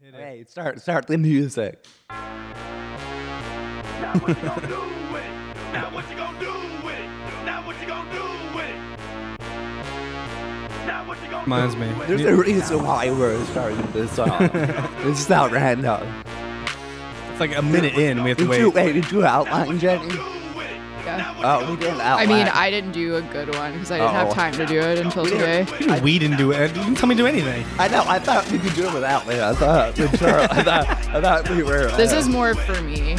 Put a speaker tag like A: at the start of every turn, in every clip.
A: Hey, start start the music.
B: Now what you gonna do with it? Now what you gonna do with it? Now what you gonna do with it? Now what you gonna
C: Reminds
B: do
C: me.
B: with it?
A: There's a reason why we're starting this song. it's not random.
C: It's like a minute in, we have to
A: Did you
C: wait.
A: wait? Did you outline, Jenny?
B: Do with it.
D: Yeah.
B: Now
A: Oh,
B: what
A: we didn't
D: I
A: outline.
D: mean, I didn't do a good one because I didn't
A: Oh.
D: have time to do it until today.
C: We didn't do it. You didn't tell me to do anything.
A: I know. I thought we could do it without me. I thought. we were- I thought, I thought we were.
D: This
A: uh,
D: is more for me.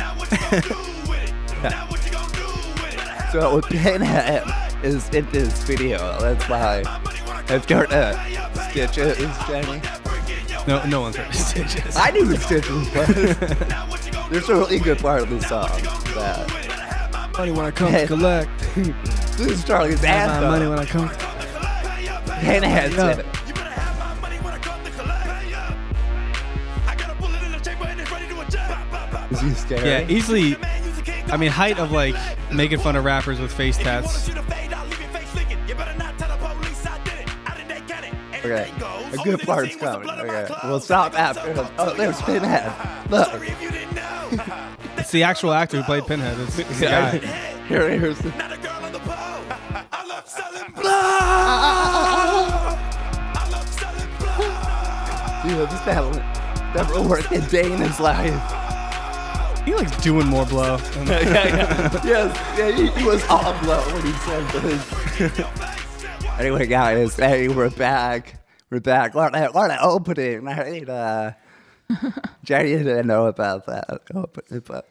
A: So Pinhead is in this video. That's why. If you're uh, Stitches, Jenny.
C: No, no one's heard this. It's just-
A: I knew what Stitches was. There's a really good part of the song that
C: Money when I come
A: to
C: collect.
A: this is Charlie's anthem.
C: I come.
A: Pinhead's in
C: Yeah.
A: it.
B: You better have my money when I come to collect. I got a bullet in the chamber and it's ready to eject. Pop, pop, pop.
A: Is he staring?
C: Yeah, easily.
B: Man, use a cane to
C: I mean, height of like making fun of rappers with face
B: If you wanna
C: tats.
B: shoot a fade, I'll leave your face licking. You better not tell the police I did it. I didn't they get it. Anything
A: Okay.
B: goes.
A: A
B: Only
A: good
B: thing
A: part's
B: seen was the
A: coming.
B: blood of my
A: Okay.
B: clothes.
A: We'll stop
B: Niggas
A: after
B: up
A: this.
B: to
A: Oh,
B: you.
A: there's Pinhead. Look.
B: Sorry if you didn't know.
C: It's the actual actor who played Pinhead. It's, it's the
A: Yeah.
C: guy.
A: Here, here's the.
B: Not a girl on the pole. I love selling blood. I love selling blood.
A: You know, this battle never worked a day in his life.
C: He likes doing more blow.
A: Yes, yeah, he, he was all blow when he said this. anyway, guys, hey, we're back. We're back. What, a, what an opening. I mean, uh, Jerry didn't know about that opening, but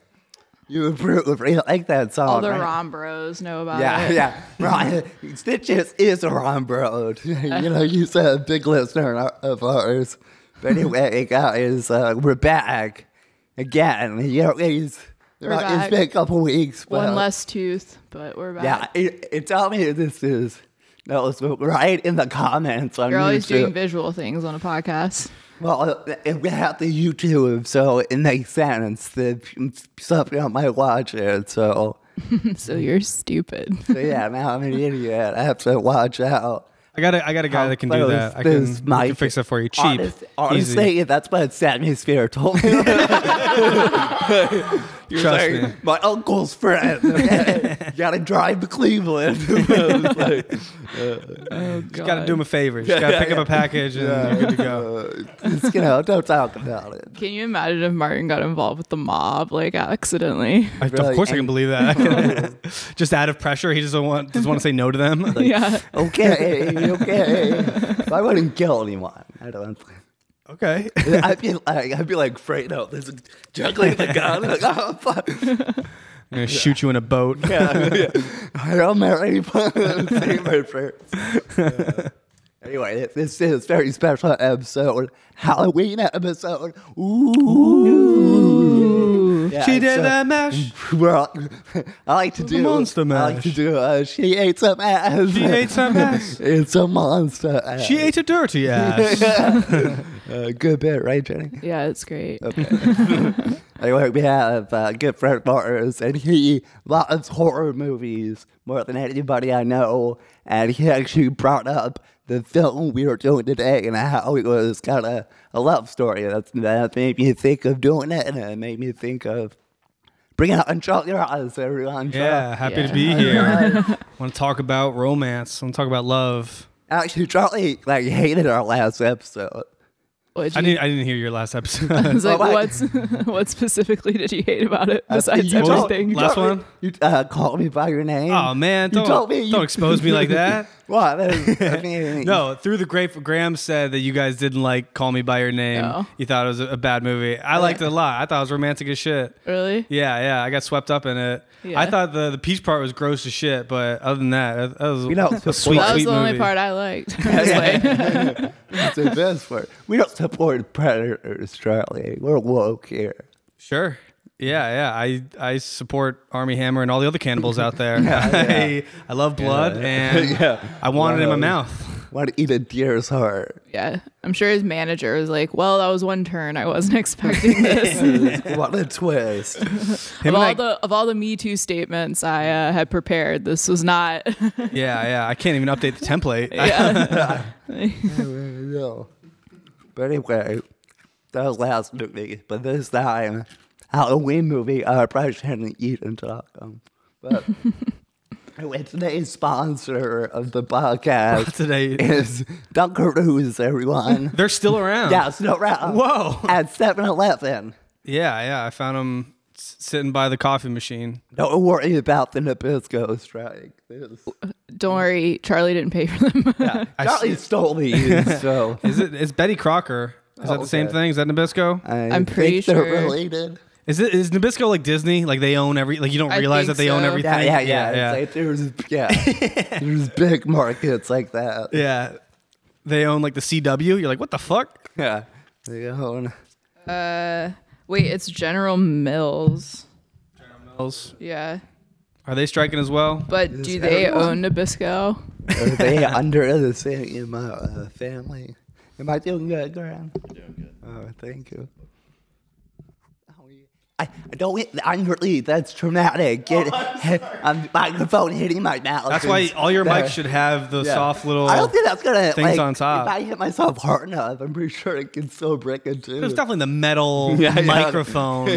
A: you would really, really like that song.
D: All the
A: right?
D: Rom Bros know about
A: Yeah,
D: it.
A: yeah. Right. Stitches is a Ron Broad. you know, he's a big listener of ours. But anyway, guys, uh, we're back again. You know, it's,
D: We're
A: uh, it's
D: back.
A: been a couple weeks. But,
D: One less tooth, but we're back.
A: Yeah, it, it tell me who this is. No, it's right in the comments on
D: You're always
A: YouTube.
D: doing visual things on a podcast.
A: well, it, we have the YouTube, so it makes sense that something might watch it. So,
D: so you're stupid.
A: so yeah, now I'm an idiot. I have to watch out.
C: I got a, I got a guy that can do
A: Those-
C: that. I can,
A: those
C: I can
A: mic-
C: fix it for you. Cheap.
A: Honest-
C: easy.
A: honestly, that's what Sammy Spear told me. You're
C: Trust
A: like,
C: me.
A: My uncle's friend. gotta drive to Cleveland. I was like,
D: Oh, God.
C: Just gotta do him a favor. Just gotta pick up a package and you're good to go.
A: Uh, it's, you know, don't talk about it.
D: Can you imagine if Martin got involved with the mob, like accidentally?
C: I-
A: really
C: of course, I
A: ang-
C: can believe that. just out of pressure, he doesn't want doesn't want to say no to them.
D: yeah.
A: Okay, okay. But I wouldn't kill anyone. I don't.
C: okay,
A: I'd be like, I'd be like, Fredo, this is juggling the gun. Like, oh, fuck.
C: I'm gonna shoot you in a boat.
A: I don't marry favorite first. Anyway, th- this is very special episode, Halloween episode. Ooh, Yeah,
C: she did
A: so
D: uh,
C: that mash.
A: we're all- I like to do
C: monster
A: I like to
C: mash.
A: do. Uh, she ate some ass.
C: She ate some ass.
A: It's a monster. Ass.
C: She ate a dirty ass.
A: Uh, good bit, right, Jenny?
D: Yeah, it's great.
A: Anyway, we have uh, good friend Mars, and he loves horror movies more than anybody I know. And he actually brought up the film we were doing today and how it was kind of a love story. That's, that made me think of doing it, and it made me think of bringing out Unshot Your Eyes, everyone.
C: Yeah, happy
D: Yeah.
C: to be here. Want to talk about romance? Want to talk about love?
A: Actually, Charlie like hated our last episode.
D: What'd
C: I
D: you-
C: didn't. I didn't hear your last episode.
D: I was like,
A: Well, I-
D: what's what specifically did you hate about it besides
A: Uh, You told-
D: everything?
C: Last
A: Charlie,
C: one?
A: You uh, called me by your name.
C: oh man,
A: You
C: don't
A: told me you-
C: don't expose me like that.
A: What? I mean,
C: No, through the grape, Graham said that you guys didn't like "Call Me by Your Name."
D: No.
C: You thought it was a a bad movie. I liked it a lot. I thought it was romantic as shit.
D: Really?
C: Yeah, yeah. I got swept up in it. I
D: Yeah.
C: thought the the peach part was gross as shit, but other than that, that, that was
A: We don't
C: a sweet,
A: support-
C: sweet
D: that was the only
C: movie.
D: part I liked. I was like,
A: It's the best part. We don't support predators, Charlie. We're woke here.
C: Sure. Yeah, yeah. I I support Army Hammer and all the other cannibals out there. I, I love blood and I want it in my mouth.
A: Want to eat a deer's heart?
D: yeah, I'm sure his manager was like, "Well, that was one turn. I wasn't expecting this."
A: What a twist!
C: Him
D: of all
C: and I-
D: the of all the Me Too statements I uh, had prepared, this was not.
C: yeah, yeah. I can't even update the template.
D: yeah.
A: No. But anyway, that was last movie, but this time Halloween movie uh, I probably shouldn't eat until I come. Um, But with today's sponsor of the podcast
C: Today,
A: is Dunkaroos, everyone.
C: they're still around.
A: yeah, it's no round.
C: Whoa.
A: At 7 Eleven.
C: Yeah, yeah. I found them sitting by the coffee machine.
A: Don't worry about the Nabisco strike. This-
D: Don't worry, Charlie didn't pay for them.
C: I
A: Charlie stole these, so.
C: Is it? Is Betty Crocker? Is that the same
A: Oh, okay.
C: thing? Is that Nabisco?
A: I
D: I'm pretty
A: think they're
D: sure.
A: related.
C: Is it? Is Nabisco like Disney? Like they own every? Like you don't
D: I
C: realize that
D: think
C: they own
D: so.
C: everything?
A: Yeah, yeah, yeah.
C: yeah.
A: It's like there's yeah, there's big markets like that.
C: Yeah. They own like the CW. You're like, what the fuck?
A: Yeah, they own.
D: Wait, it's General Mills.
C: Else?
D: Yeah.
C: Are they striking as well?
D: But do they own Nabisco?
A: Are they under the same uh, family? Am I doing good, Graham? Doing good. Oh, thank you. Oh, yeah. I, I don't. hit- I'm really. That's traumatic. Get, I'm microphone hitting my mouth.
C: Oh, That's why
A: is-
C: all your
A: that-
C: mics should have the
A: yeah.
C: soft little.
A: I don't think that's gonna like,
C: things on top.
A: If I hit myself hard enough, I'm pretty sure it can still break it too.
C: It was definitely the metal
A: Yeah, yeah.
C: microphone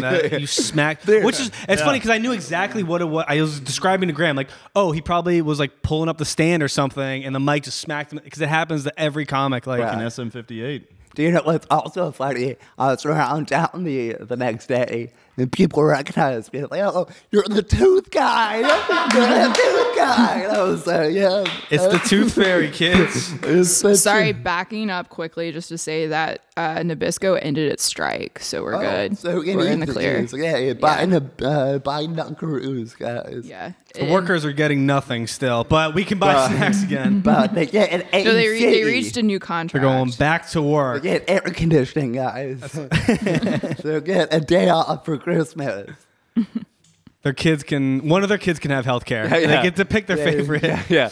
C: that you smacked.
A: There.
C: Which is it's funny because I knew exactly what it was. I was describing to Graham like, oh, he probably was like pulling up the stand or something, and the mic just smacked him because it happens to every comic. Like,
A: Right.
C: you
A: Yeah.
C: know,
E: An SM58.
A: Do you know what's also funny? I was around town the, the next day, and people recognized me. Like, oh, you're the tooth guy. You're the tooth guy. And I was like, yeah.
C: it's the Tooth Fairy kids.
A: It's such a-
D: Sorry, backing up quickly just to say that uh, Nabisco ended its strike, so we're
A: Oh,
D: good.
A: So you
D: we're
A: need
D: in the
A: to
D: clear.
A: use- Yeah, yeah, buying a uh, buying Dunkaroos, guys.
D: Yeah.
C: The
D: It-
C: workers are getting nothing still, but we can buy
A: Bruh.
C: snacks again.
A: But they get an AC.
D: No, they, re- they reached a new
C: They're
D: contract.
C: going back to work.
A: They get air conditioning, guys. so get a day off for Christmas.
C: Their kids can one of their kids can have health care. They
A: yeah.
C: get to pick their favorite.
A: Yeah.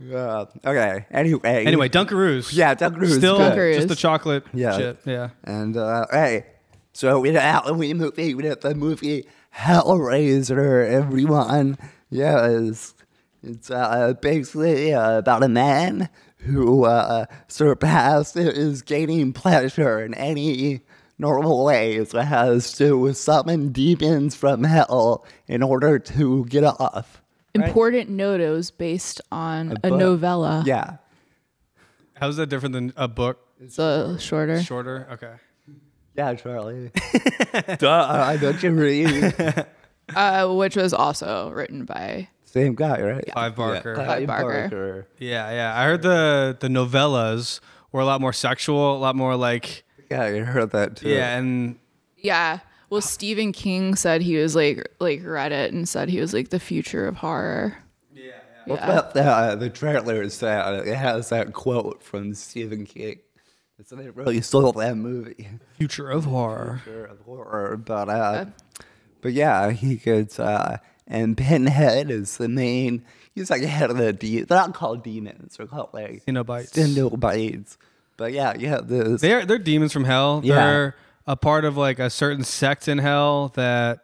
A: Uh, okay. Anyway.
C: Anyway, Dunkaroos.
A: Yeah, Dunkaroos.
C: Still
A: good.
D: Dunkaroos.
C: just the chocolate
A: Yeah.
C: chip. Yeah.
A: And uh, hey, so we did a Halloween movie. We did the movie Hellraiser. Everyone, yeah, it's, it's uh, basically uh, about a man who uh, surpasses gaining pleasure in any normal way. So has to summon demons from hell in order to get off.
D: Important notos based on a,
A: book.
D: novella.
A: Yeah.
C: How's that different than a book?
D: It's a shorter.
C: Shorter. Okay.
A: Yeah, Charlie. Duh, I don't you read.
D: Uh, which was also written by
A: Same guy, right?
C: Clive Barker. Yeah,
A: Clive
D: Barker.
C: yeah, I heard the the novellas were a lot more sexual, a lot more like
A: Yeah, I heard that too.
C: yeah, and
D: Yeah. Well, Stephen King said he was like like read it and said he was like the future of horror.
A: What about the, uh, the trailer is that it has that quote from Stephen King. So they really stole that movie
C: future of horror.
A: Sure, of horror, but uh, but yeah, he gets uh, and Pinhead is the main. He's like the head of the de- They're not called demons. They're called like
C: Cenobites.
A: Cenobites. But yeah, you have this.
C: They're they're demons from hell.
A: Yeah.
C: They're a part of like a certain sect in hell that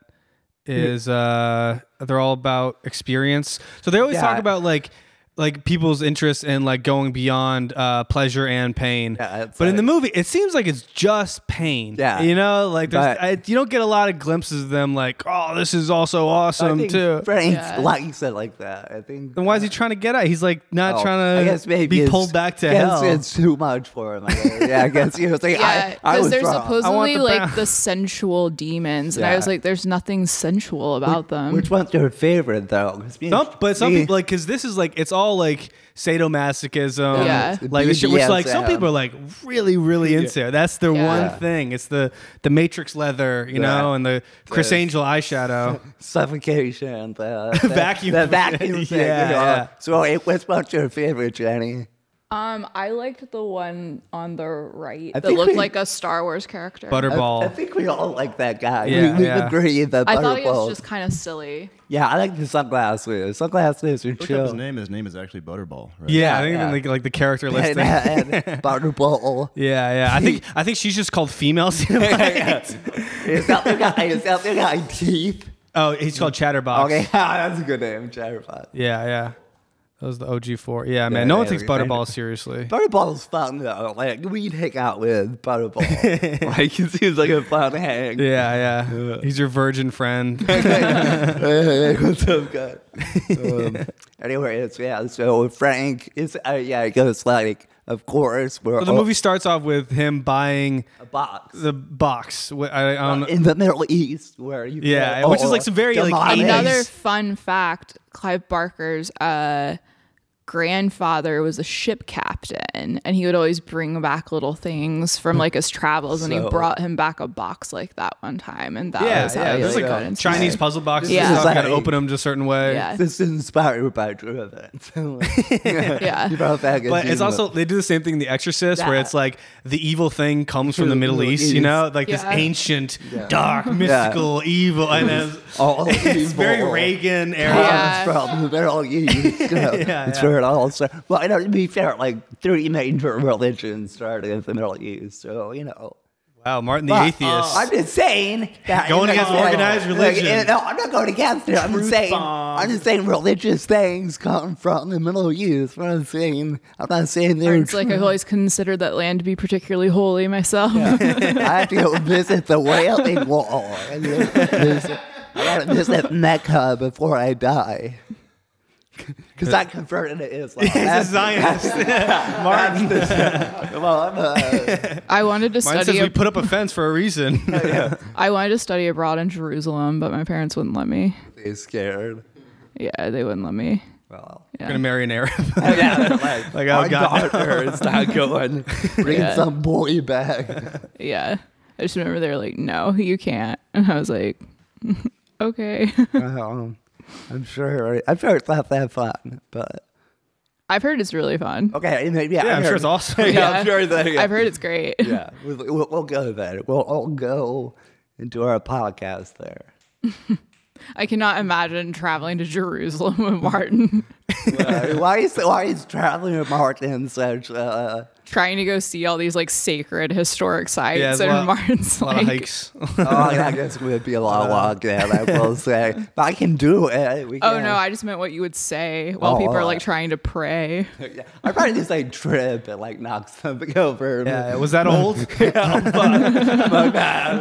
C: is uh they're all about experience. So they always
A: Yeah.
C: talk about like like people's interest in like going beyond uh pleasure and pain.
A: Yeah, it's
C: but in the
A: like-
C: movie it seems like it's just pain.
A: Yeah.
C: You know, like there's
A: But-
C: I, you don't get a lot of glimpses of them like, oh, this is also
A: I
C: awesome
A: think
C: too.
A: Frank
D: Yeah.
A: likes it like that. I think.
C: Then why is he trying to get out? He's like not
A: Oh,
C: trying to
A: I guess maybe
C: be
A: it's-
C: pulled back to
A: guess
C: hell.
A: It's too much for him. I guess. Yeah, I guess he was like,
D: Yeah,
A: I, I
D: because
A: was
D: they're
A: wrong.
D: supposedly
C: the
D: like
C: brown-
D: the sensual demons, and I
A: Yeah.
D: was like, "There's nothing sensual about them."
A: Which one's your favorite though? 'Cause me and
C: Some, but some
A: me-
C: people like because this is like it's all like sadomasochism,
D: Yeah.
C: like this shit. Which like some
A: BDSM.
C: people are like really, really into. it. That's their
D: Yeah.
C: one
D: Yeah.
C: thing. It's the the Matrix leather, you know,
A: Yeah.
C: and the Chris
A: The-
C: Angel eyeshadow.
A: suffocation, the, the
C: Vacuum.
A: the vacuum thing.
C: Yeah,
A: you know.
C: yeah.
A: So, hey, which one's your favorite, Jenny?
D: um, I liked the one on the right
A: I
D: that
A: think
D: looked
A: we-
D: like a Star Wars
A: I,
D: character.
A: I
C: Butterball.
A: think we all like that guy. We-
C: Yeah,
A: we
C: yeah.
A: agree that
D: I thought he
A: Butterball-
D: was just kind of silly.
A: yeah, I like the sunglasses. Sunglasses are
E: Look up his
A: chill.
E: name. His name is actually Butterball. Right?
C: yeah, I think
A: yeah.
C: even, like, like the character
A: And,
C: listing. yeah,
A: and Butterball.
C: yeah. I think I think she's just called female. Cinemite.
A: Is that the guy? Is that the guy? Teeth.
C: Oh, he's called Chatterbox.
A: Okay, that's a good name. Chatterbox.
C: Yeah, yeah. That was the OG four. Yeah, man. no one
A: yeah,
C: takes
A: we made it.
C: Butterball seriously.
A: Butterball's fun though. Like we can hang out with Butterball. like it seems like a fun hang.
C: Yeah, yeah. He's your virgin friend.
A: Hey, what's up, guys? Um, anyway, it's yeah. So Frank is uh, yeah. It goes like, of course, we're
C: Well, the
A: all-
C: movie starts off with him buying
A: a box
C: the box. Wh- I, I don't know.
A: in the Middle East where you
C: Yeah,
A: get
C: which is
A: all
C: like some very, like,
A: demonic.
C: Yeah,
D: Another
C: he's-
D: fun fact: Clive Barker's uh, grandfather was a ship captain, and he would always bring back little things from like his travels, and
A: So-
D: he brought him back a box like that one time, and that
C: Yeah,
D: was how
C: yeah.
D: he,
C: There's
A: like,
C: like
D: got
A: a
D: inspired.
C: Chinese puzzle boxes.
D: Yeah.
C: Yeah, you
A: Exactly.
C: gotta open them a certain way.
D: Yeah.
A: This is inspired by Drew Evans.
D: Yeah.
A: You brought back a
C: But it's
A: demon.
C: also they do the same thing in The Exorcist, where
A: Yeah.
C: it's like the evil thing comes from the Middle
A: Middle
C: East, you know, like this
D: Yeah.
C: ancient, dark, mystical, evil, and it's,
A: all
C: it's very
A: evil.
C: Reagan era.
D: Yeah.
A: It's from the Middle East. You know,
C: Yeah,
A: it's
C: yeah.
A: where it all started. Well, you know, to be fair, like three major religions started in the Middle East. So you know.
C: Wow, Martin the
A: But,
C: atheist.
A: uh, I'm just saying that
C: Going
A: that's
C: against
A: why-
C: organized
A: like,
C: religion.
A: and- no, I'm not going against it. I'm
C: Truth
A: just saying.
C: bomb.
A: I'm just saying religious things come from the Middle East. I'm not saying. I'm not saying they're.
D: It's like I've always considered that land to be particularly holy myself.
A: I have to go visit the Wailing Wall. I mean, there's- I gotta visit Mecca before I die. Because I converted to Islam.
C: He's a
A: That's-
C: Zionist. Martin,
A: well, I'm uh, a,
D: I wanted to
C: Mine
D: study.
C: says we
D: ab-
C: put up a fence for a reason.
D: I wanted to study abroad in Jerusalem, but my parents wouldn't let me.
A: he's scared.
D: Yeah, they wouldn't let me.
A: Well,
C: We're gonna marry an Arab.
A: yeah, they're like,
C: Like, oh,
A: our
C: God, no."
A: daughter is not going. Bring
D: Yeah.
A: some boy back.
D: Yeah, I just remember they were like, "No, you can't," and I was like, "Okay."
A: Um, I'm sure. I'm sure it's not that fun, but
D: I've heard it's really fun.
A: okay. Yeah, yeah
C: I'm sure it's awesome.
A: Yeah,
D: Yeah.
A: I'm sure that.
D: I've heard it's great.
A: Yeah, we'll, we'll, we'll go there. We'll all go and do our podcast there.
D: I cannot imagine traveling to Jerusalem with Martin,
A: Uh, why is why is traveling with Martin such? Uh,
D: trying to go see all these like sacred historic sites,
C: Yeah, it's a
D: and
C: lot-
D: Martin's
C: A lot of
D: like,
C: hikes.
A: oh, I guess it would be a lot of
C: Uh,
A: walk there. I will say, but I can do it. We
D: "Oh
A: can.
D: no, I just meant what you would say while
A: Oh,
D: people are
A: wow.
D: like trying to pray."
A: Yeah, I probably just like trip and like knock something over.
C: Yeah, was that old?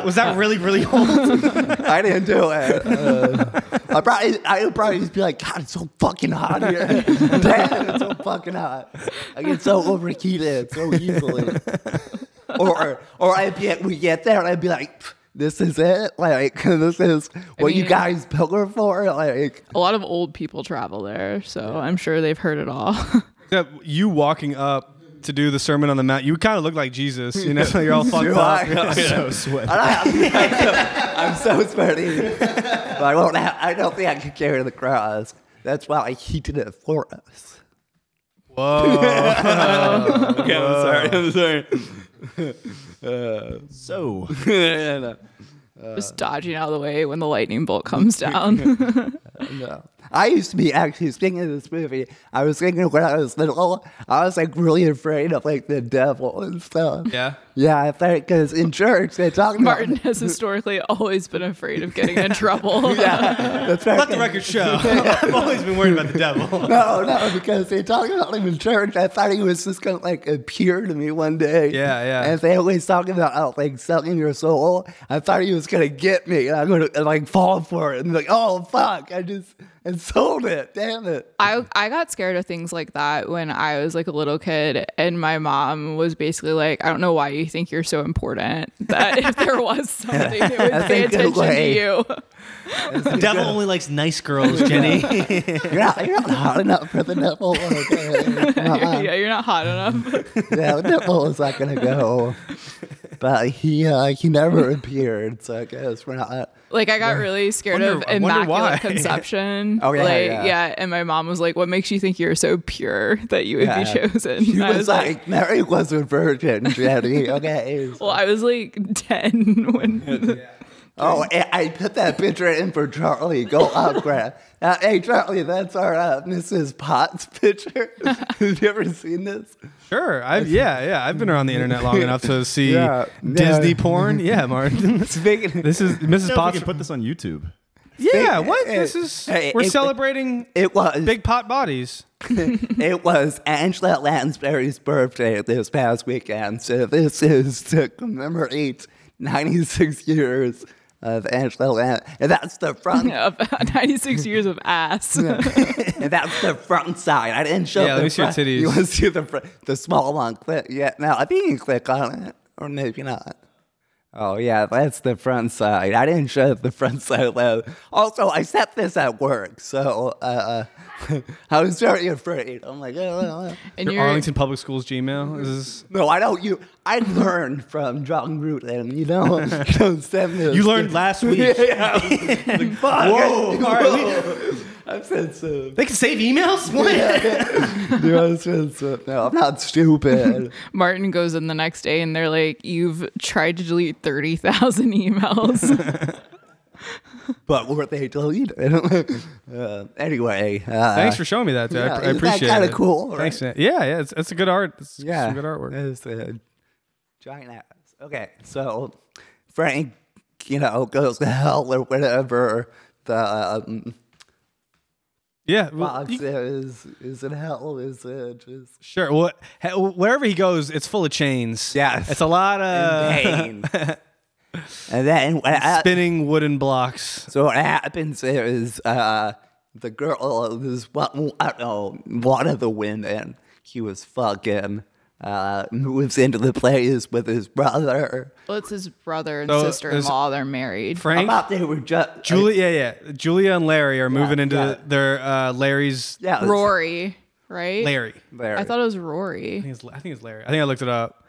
C: Was that really, really old?
A: I didn't do it. Uh, I probably, I would probably just be like, God, it's so fucking hot here. Damn, it's so fucking hot. I get so overheated so easily. Or, or I'd be, we get there and I'd be like, this is it. Like, this is what you
D: mean-
A: guys pillar for. Like,
D: A lot of old people travel there, so I'm sure they've heard it all.
C: Except you walking up to do the Sermon on the Mount, you kind of look like Jesus. You Oh, know, you're all fucked
A: Do
C: up.
A: I?
C: so
A: and
C: sweaty.
A: I, I'm, so, I'm so sweaty, but I won't. Have, I don't think I could carry the cross. That's why I heated it for us. Okay, I'm sorry. I'm sorry.
E: So
C: Uh,
D: just dodging out of the way when the lightning bolt comes down.
A: No. I used to be actually speaking of this movie. I was thinking when I was little, I was like really afraid of like the devil and stuff.
C: Yeah.
A: Yeah, I thought because in church they talk about
D: Martin has historically always been afraid of getting in trouble.
A: Yeah, that's right.
C: Let the record show. I've always been worried about the devil.
A: No, no, because they talk about him in church. I thought he was just gonna like appear to me one day.
C: Yeah, yeah.
A: And they always talk about oh, like selling your soul. I thought he was gonna get me. And I'm gonna and, like fall for it and be like, oh fuck, I just and sold it. Damn it.
D: I I got scared of things like that when I was like a little kid, and my mom was basically like, "I don't know why you think you're so important. That if there was something, it would pay
A: think it
D: attention to
A: way.
D: you."
C: The devil only likes nice girls, Jenny.
A: You're not, you're not hot enough for the nipple. Okay. Come on.
D: yeah, you're not hot enough.
A: Yeah, the nipple is not gonna go. But he uh, he never appeared, so I guess we're not.
D: Like I got really scared of
C: wonder- I wonder why.
D: immaculate conception.
A: Oh, yeah,
D: like,
A: yeah.
D: And my mom was like, "What makes you think you're so pure that you would
A: Yeah.
D: be chosen?"
A: He
D: And I
A: was like, Mary was a virgin, Jenny. Okay.
D: "Well, I was like ten when."
A: Oh, and I put that picture in for Charlie. Go up, Grant. Uh, hey, Charlie, that's our uh, Mrs. Potts picture. Have you ever seen this?
C: sure. I've, yeah, yeah. I've been around the internet long enough to see
A: Yeah, yeah.
C: Disney porn. Yeah, Martin.
A: Speaking
C: This is Mrs.
E: Let's know if we
C: Potts.
E: can put this on YouTube.
C: Yeah, what? This is
A: Hey,
C: we're
A: it-
C: celebrating
A: It was
C: big pot bodies.
A: it was Angela Lansbury's birthday this past weekend, so this is to commemorate 96 years of Angela Lan. And that's the front.
D: of 96 years of ass.
A: and that's the front side. I didn't show.
C: Yeah,
A: the
C: let me see your
A: front.
C: titties.
A: You want to see the front, the small one? Click. Yeah. No, I think you can click on it, or maybe not. Oh yeah, that's the front side. I didn't show the front side though. Also, I set this at work, so uh, I was very afraid. I'm like, oh, well, well.
D: And
C: Your Arlington Public Schools Gmail is
A: no, I don't. You, I learned from John Gruden. You know, don't send this.
C: you learned last week.
A: Yeah, yeah. Like, fuck.
C: Whoa! All right, we,
A: I'm sensitive.
C: they can save emails. What?
A: Dude, I'm sensitive. No, I'm not stupid.
D: Martin goes in the next day and they're like, You've tried to delete 30,000 emails.
A: but were they deleted? uh, anyway, uh,
C: Thanks for showing me that, dude. I-
A: yeah,
C: I,
A: isn't that
C: appreciate it.
A: kinda cool, right?
C: Thanks. man. Yeah, yeah. It's, it's a good art. It's
A: yeah,
C: some good artwork.
A: It's a giant ass. Okay, so Frank, you know, goes to hell or whatever. The um,
C: Yeah. well,
A: box
C: you-
A: is is it hell? Is it just
C: sure. Well, he- wherever he goes, it's full of chains.
A: Yes.
C: It's a lot of
A: pain? and then what hap-
C: spinning wooden blocks.
A: So what happens is uh, the girl this one, I don't know, oh, one of the women he was fucking uh, moves into the place with his brother.
D: well, it's his brother and
C: So, there's-
D: sister in law. They're married.
A: I
C: Frank,
A: thought they were just
C: Julia, yeah, yeah. Julia and Larry are moving into
A: yeah.
C: their uh, Larry's
A: yeah, it's-
D: Rory, right?
C: Larry.
A: There.
D: I thought it was
C: I
D: Rory.
C: think, it's, I think it's Larry. I think I looked it up.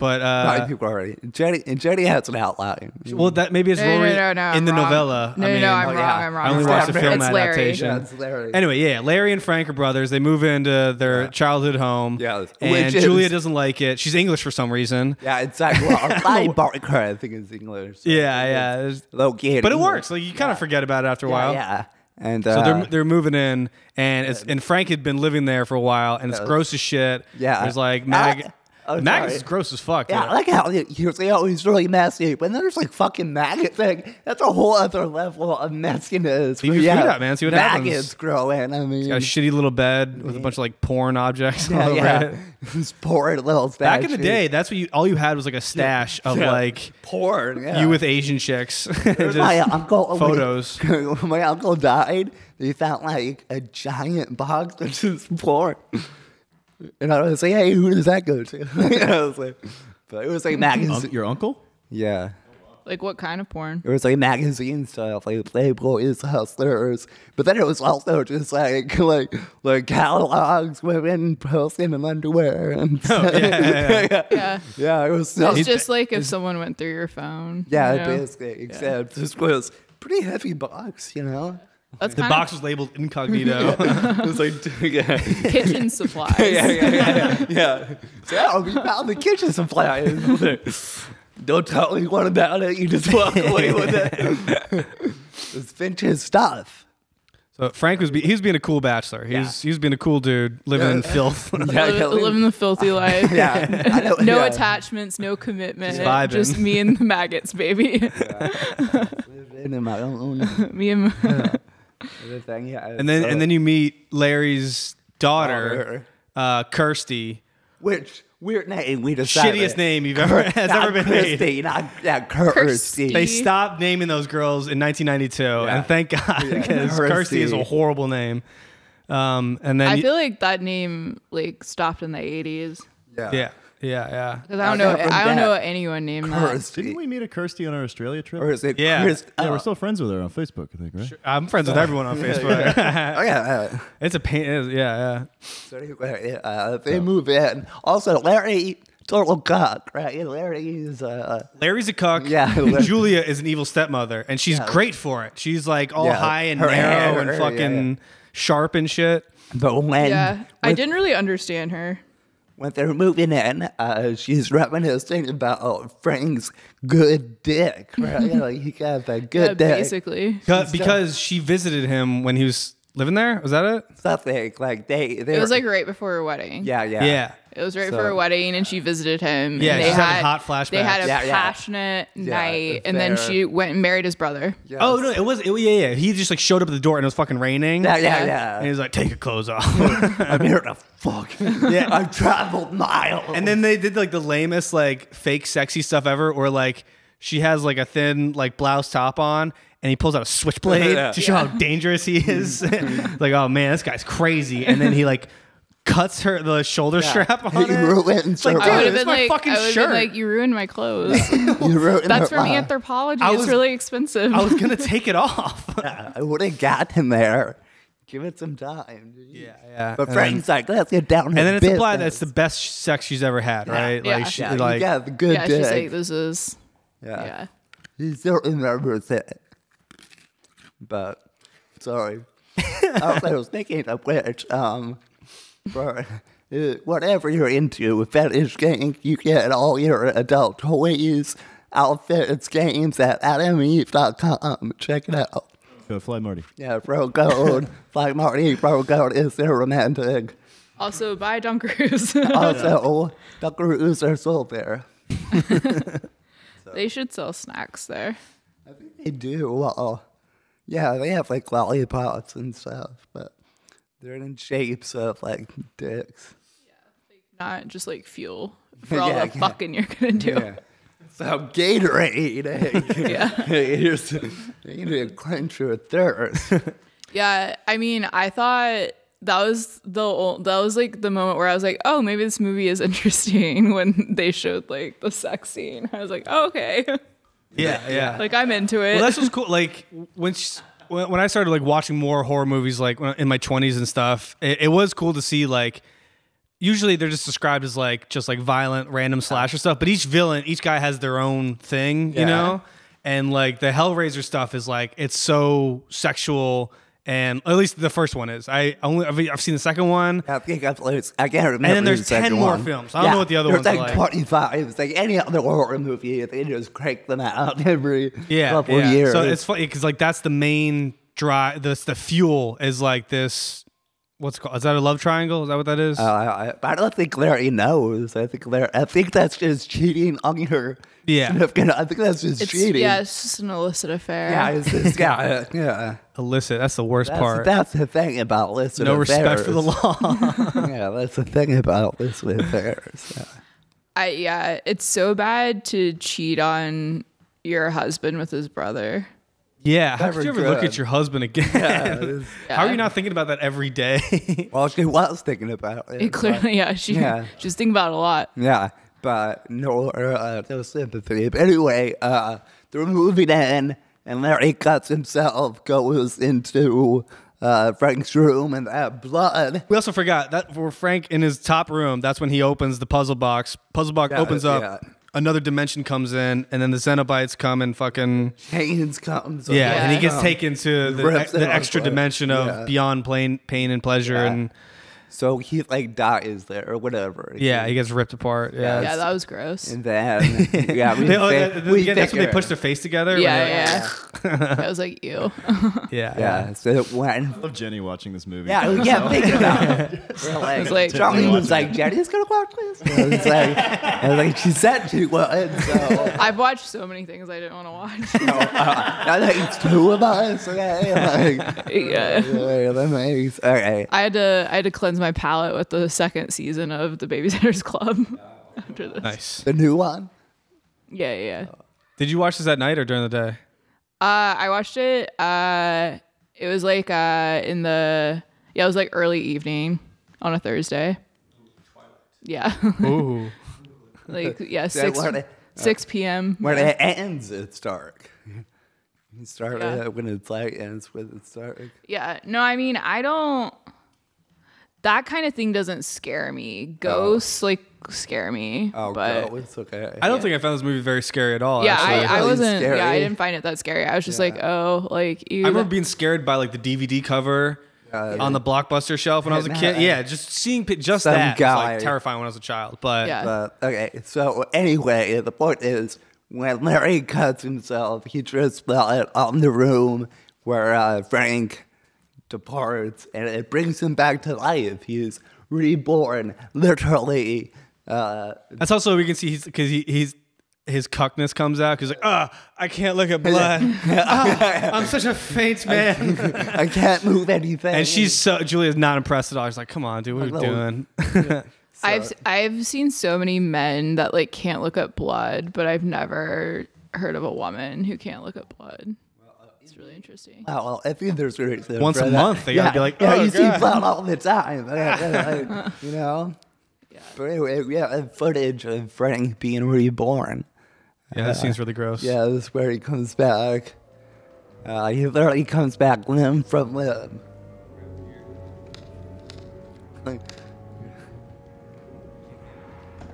C: But
A: Sorry,
C: uh,
A: people already. Jenny and Jenny has an outline.
C: well, that maybe it's
D: No, no,
C: Rory
D: no, no,
C: in
D: I'm
C: the
D: wrong.
C: novella.
D: No,
C: I
D: no,
C: mean,
D: no,
A: oh,
D: I'm wrong.
A: yeah.
D: I'm wrong.
C: I only
D: I'm
C: watched the
D: wrong.
C: film
D: it's Larry.
C: adaptation.
A: Yeah, it's Larry.
C: Anyway, yeah, Larry and Frank are brothers. They move into their childhood home.
A: Yeah,
C: and
A: which is-
C: Julia doesn't like it. She's English for some reason.
A: yeah, exactly. Well, Clive Barker, I think is English. So
C: Yeah, yeah. it's-
A: low key,
C: But it works. Like you kind of forget about it after a
A: Mm-hmm. Yeah,
C: while.
A: yeah. And uh,
C: So they're, they're moving in, and it's and Frank had been living there for a while, and it's gross as shit.
A: Yeah.
C: there's like Mag.
A: Ah, oh,
C: Mag
A: sorry.
C: is gross as fuck.
A: Yeah,
C: dude.
A: I like how he- he was like, oh, he's really messy. But then there's like fucking maggots. Like, that's a whole other level of messiness.
C: Leave
A: But
C: your
A: yeah,
C: food out, man. See what happens.
A: maggots growing. I mean,
C: a shitty little bed with a bunch of like porn objects all
A: yeah,
C: over
A: yeah.
C: it.
A: This poor little
C: Back in the
A: statue.
C: day, that's what you all you had was like a stash of
A: Yeah.
C: like
A: porn. Yeah.
C: you with Asian chicks.
A: There's
C: Just-
A: my um, uncle when-
C: photos.
A: When my uncle died, they found like a giant box of just porn. And I was like, hey, who does that go to? I was like, but it was like
E: Un-
A: magazine.
E: your uncle?
A: Yeah.
D: Like, what kind of porn?
A: It was like magazine stuff, like Playboys, Hustlers, but then it was also just like like like catalogs, women posting in underwear, and
D: Oh, Yeah.
A: yeah, it was so
D: it's just like if someone went through your phone.
A: yeah,
D: you know?
A: basically. Except this was pretty heavy box, you know.
D: That's
C: the
D: kind
C: box was labeled incognito.
A: It was like yeah,
D: of kitchen supplies.
A: yeah, yeah, yeah. So we found the kitchen supplies. Don't tell anyone about it. You just walk away with it. it's Finch's stuff.
C: so Frank was be- he was being a cool bachelor. He was he was being a cool dude living in filth.
A: yeah,
D: Live- living the filthy life.
A: yeah, I know-
D: No
A: yeah.
D: attachments, no commitment.
C: Just vibing.
D: Just me and the maggots, baby.
A: Living in my own
D: me and
A: little thing, yeah.
C: and then and then you meet Larry's daughter,
A: Daughter.
C: uh, Kirsty.
A: which weird name we decided
C: Shittiest name you've ever has
A: Not
C: ever been
A: Christy,
C: made.
A: Not yeah, Kirsty.
C: They
D: Kirsty.
C: stopped naming those girls in 1992, and thank God because
A: Kirsty.
C: Kirsty is a horrible name. Um, and then
D: I
C: you-
D: feel like that name like stopped in the eighties
C: yeah, yeah, yeah.
D: because I don't know.
A: Not from
D: I don't
A: that.
D: know anyone named that.
A: Kirsty.
E: Didn't we meet a Kirsty on our Australia trip?
A: Or is it
C: Yeah.
A: Christ-
E: yeah, we're
A: oh,
E: still friends with her on Facebook, I think, right?
C: I'm friends with everyone on Facebook.
A: oh, yeah. yeah.
C: it's a pain. it is- yeah, yeah.
A: So anyway, uh, they move in. Also, Larry, total cock, right? Larry's. Uh,
C: Larry's a cuck.
A: Yeah.
C: and Julia is an evil stepmother, and she's great for it. She's like all
A: Yeah.
C: high and
A: Her
C: narrow
A: hair,
C: and
A: yeah,
C: fucking
A: yeah.
C: sharp and shit.
A: but when
D: Yeah, I
A: when-
D: didn't really understand her.
A: when they're moving in, uh, she's reminiscing about Frank's good dick, right? like he got that
D: Yeah,
A: good dick.
D: uh, basically,
C: Because she visited him when he was living there? Was that it?
A: Something like they. they
D: It
A: were-
D: was like right before her wedding.
A: yeah, yeah,
C: Yeah.
D: It was right
A: So-
D: for her wedding, and she visited him.
C: Yeah,
D: and
C: she's having hot
D: They had
C: flashbacks.
D: a
A: Yeah, yeah.
D: passionate night, and then
A: they're-
D: she went and married his brother.
A: Yes.
C: Oh no, it was. It, yeah, yeah. He just like showed up at the door and it was fucking raining.
A: yeah, yeah,
D: Yeah.
A: yeah.
C: And he was like, "Take your clothes off."
A: I'm here to fuck. yeah, I've traveled miles.
C: and then they did like the lamest like fake sexy stuff ever, or like she has like a thin like blouse top on. And he pulls out a switchblade
A: Yeah.
C: to show how dangerous he is. like, oh man, this guy's crazy. And then he like cuts her the shoulder strap on
A: He
C: it.
A: ruins
C: It's like,
A: her
C: dude,
D: I would
A: life.
D: have
C: it's
D: been
C: my
D: like,
C: fucking
D: I would have
C: shirt.
D: been like, you ruined my clothes.
A: You ruined
D: That's
A: her
D: from
A: life.
D: anthropology.
C: I
D: it's
C: was-
D: really expentive.
C: I was gonna take it off.
A: I would have got him there. Give it some time. dude.
C: Yeah, yeah.
A: But
C: And
A: Frank's like, let's get down.
C: then, and then it's implied that it's the best sex she's ever had, right?
D: Yeah.
C: Like, she,
A: yeah,
C: like
A: you got the good
D: yeah,
A: dick.
D: she's like, this is.
A: yeah.
D: yeah.
A: he still remembers it. But sorry, I was thinking of which um, for uh, whatever you're into, fetish gang, you get all your adult toys, outfits, games at adameve.com. Check it out.
E: Go fly, Marty.
A: Yeah, bro code. like Marty, bro code is their romantic.
D: Also, by Dunkaroos.
A: Also, the crews are sold there.
D: they should sell snacks there.
A: They do. Well, yeah, they have like lollipops and stuff, but they're in shapes of like dicks.
D: Not just like fuel for all
A: Yeah,
D: the
A: yeah.
D: fucking you're gonna do.
A: So Gatorade. eh?
D: yeah.
A: Here's you need to quench your thirst.
D: Yeah, I mean, I thought that was the ol- that was like the moment where I was like, oh, maybe this movie is interesting when they showed like the sex scene. I was like, oh, okay,
C: yeah, yeah.
D: like I'm into it.
C: well, that's just cool. Like when she's, when when I started like watching more horror movies, like when, in my twenties and stuff, it, it was cool to see like. Usually they're just described as like just like violent random slasher stuff, but each villain, each guy has their own thing, you
A: Yeah.
C: know. And like the Hellraiser stuff is like it's so sexual, and at least the first one is. I only I've, I've seen the second one.
A: I think I've lost. I can't remember.
C: then there's
A: the second
C: 10 more
A: one.
C: films. I don't know what the other
A: there's
C: ones are
A: like
C: like.
A: 25. It's like any other horror movie. They just crank them out every
C: yeah,
A: couple
C: yeah.
A: years.
C: So it's funny because like that's the main drive. This the fuel is like this. What's it called? Is that a love triangle? Is that what that is?
A: Uh, I, I don't think Larry knows. I think Larry, I think that's just cheating on her.
C: Yeah.
A: significant- I think that's just
D: it's,
A: cheating.
D: yeah, it's just an illicit affair.
A: Yeah, it's just, yeah, yeah.
C: Illicit. That's the worst
A: That's,
C: part.
A: that's the thing about listening.
C: no respect for the law.
A: Yeah, that's the thing about listening affairs. Yeah.
D: I yeah, it's so bad to cheat on your husband with his brother.
C: yeah. How could
A: Never
C: you ever look
A: good.
C: at your husband again? How are you not thinking about that every day?
A: Well, she was thinking about it.
D: It clearly, yeah, she
A: Yeah.
D: she was thinking about it a lot.
A: but- yeah, but no, uh, no sympathy. But anyway, uh, they're moving in, and Larry cuts himself, goes into uh, Frank's room, and that blood.
C: we also forgot that for Frank in his top room. That's when he opens the puzzle box. Puzzle box
A: Yeah,
C: opens up.
A: yeah.
C: Another dimension comes in, and then the Xenobites come and fucking
A: Haynes comes.
C: Yeah,
D: Yeah.
C: and he gets
A: Um,
C: taken to the, e-,
A: rips it
C: the
A: off,
C: extra
A: like,
C: dimension of
A: yeah.
C: beyond plain, pain and pleasure,
A: Yeah.
C: and
A: So he like dies there or whatever.
C: yeah, he gets ripped apart. Yeah,
D: Yeah, that was gross.
A: And then yeah, we,
C: They- oh,
A: fi-
C: that-
A: we
C: yeah, that's when they
A: figure-
C: push their face together. when
D: Yeah,
C: they're like-
D: yeah. I was like, ew.
C: yeah,
A: Yeah, so when
E: I love Jenny watching this movie.
A: yeah, we can't think about it. We're like,
D: It's like-
A: Charlie was like, Jenny's gonna watch this. I was like, I was like, she said she would. So
D: I've watched so many things I didn't want to watch.
A: I think it's two of us. Okay, like,
D: yeah.
A: yeah, that makes all right.
D: I had to I had to cleanse my palate with the second season of the Babysitters Club. After this,
C: nice.
A: The new one.
D: yeah, yeah. yeah.
C: Did you watch this at night or during the day?
D: Uh, I watched it. Uh, it was like uh, in the yeah, it was like early evening on a Thursday. Yeah,
C: Ooh,
D: like yeah,
A: So
D: six
A: when it,
D: six p.m.
A: when it ends, it's dark. You start
D: Yeah.
A: it when it's light, ends when it's dark.
D: Yeah. No, I mean, I don't. That kind of thing doesn't scare me. Ghosts like scare me.
A: Oh,
D: but
A: God, it's okay.
C: I don't think I found this movie very scary at all.
D: yeah,
C: actually.
A: Really
D: I, I wasn't.
A: scary.
D: Yeah, I didn't find it that scary. I was just like, oh, like you.
C: I remember being scared by like the DVD cover on the blockbuster shelf when I was a
A: Yeah,
C: kid.
A: no,
C: Yeah, just seeing pi- just
A: Some
C: that was
A: guy-
C: like terrifying when I was a child. But
D: Yeah.
A: But okay, so anyway, the point is when Larry cuts himself, he just fell it on the room where uh, Frank departs and it brings him back to life. He is reborn, literally. Uh,
C: That's also we can see he's because he, he's his cuckness comes out. 'cause He's like, ah, I can't look at blood. Ah, I'm such a faint man.
A: I can't move anything.
C: And she's so Julia's not impressed at all. She's like, come on, dude, what are you
A: Hello.
C: doing?
D: I've I've seen so many men that like can't look at blood, but I've never heard of a woman who can't look at blood. It's really interesting.
A: Oh, well, I think there's reasons there
C: Once
A: for
C: a
A: that.
C: month, they gotta be like,
A: yeah,
C: "Oh,
A: you see
C: God."
A: blood all the time, Like, you know. But anyway, yeah, and footage of Frank being reborn.
C: Yeah, that seems really gross.
A: Yeah, this is where he comes back. Uh, he literally comes back limb from limb. Like,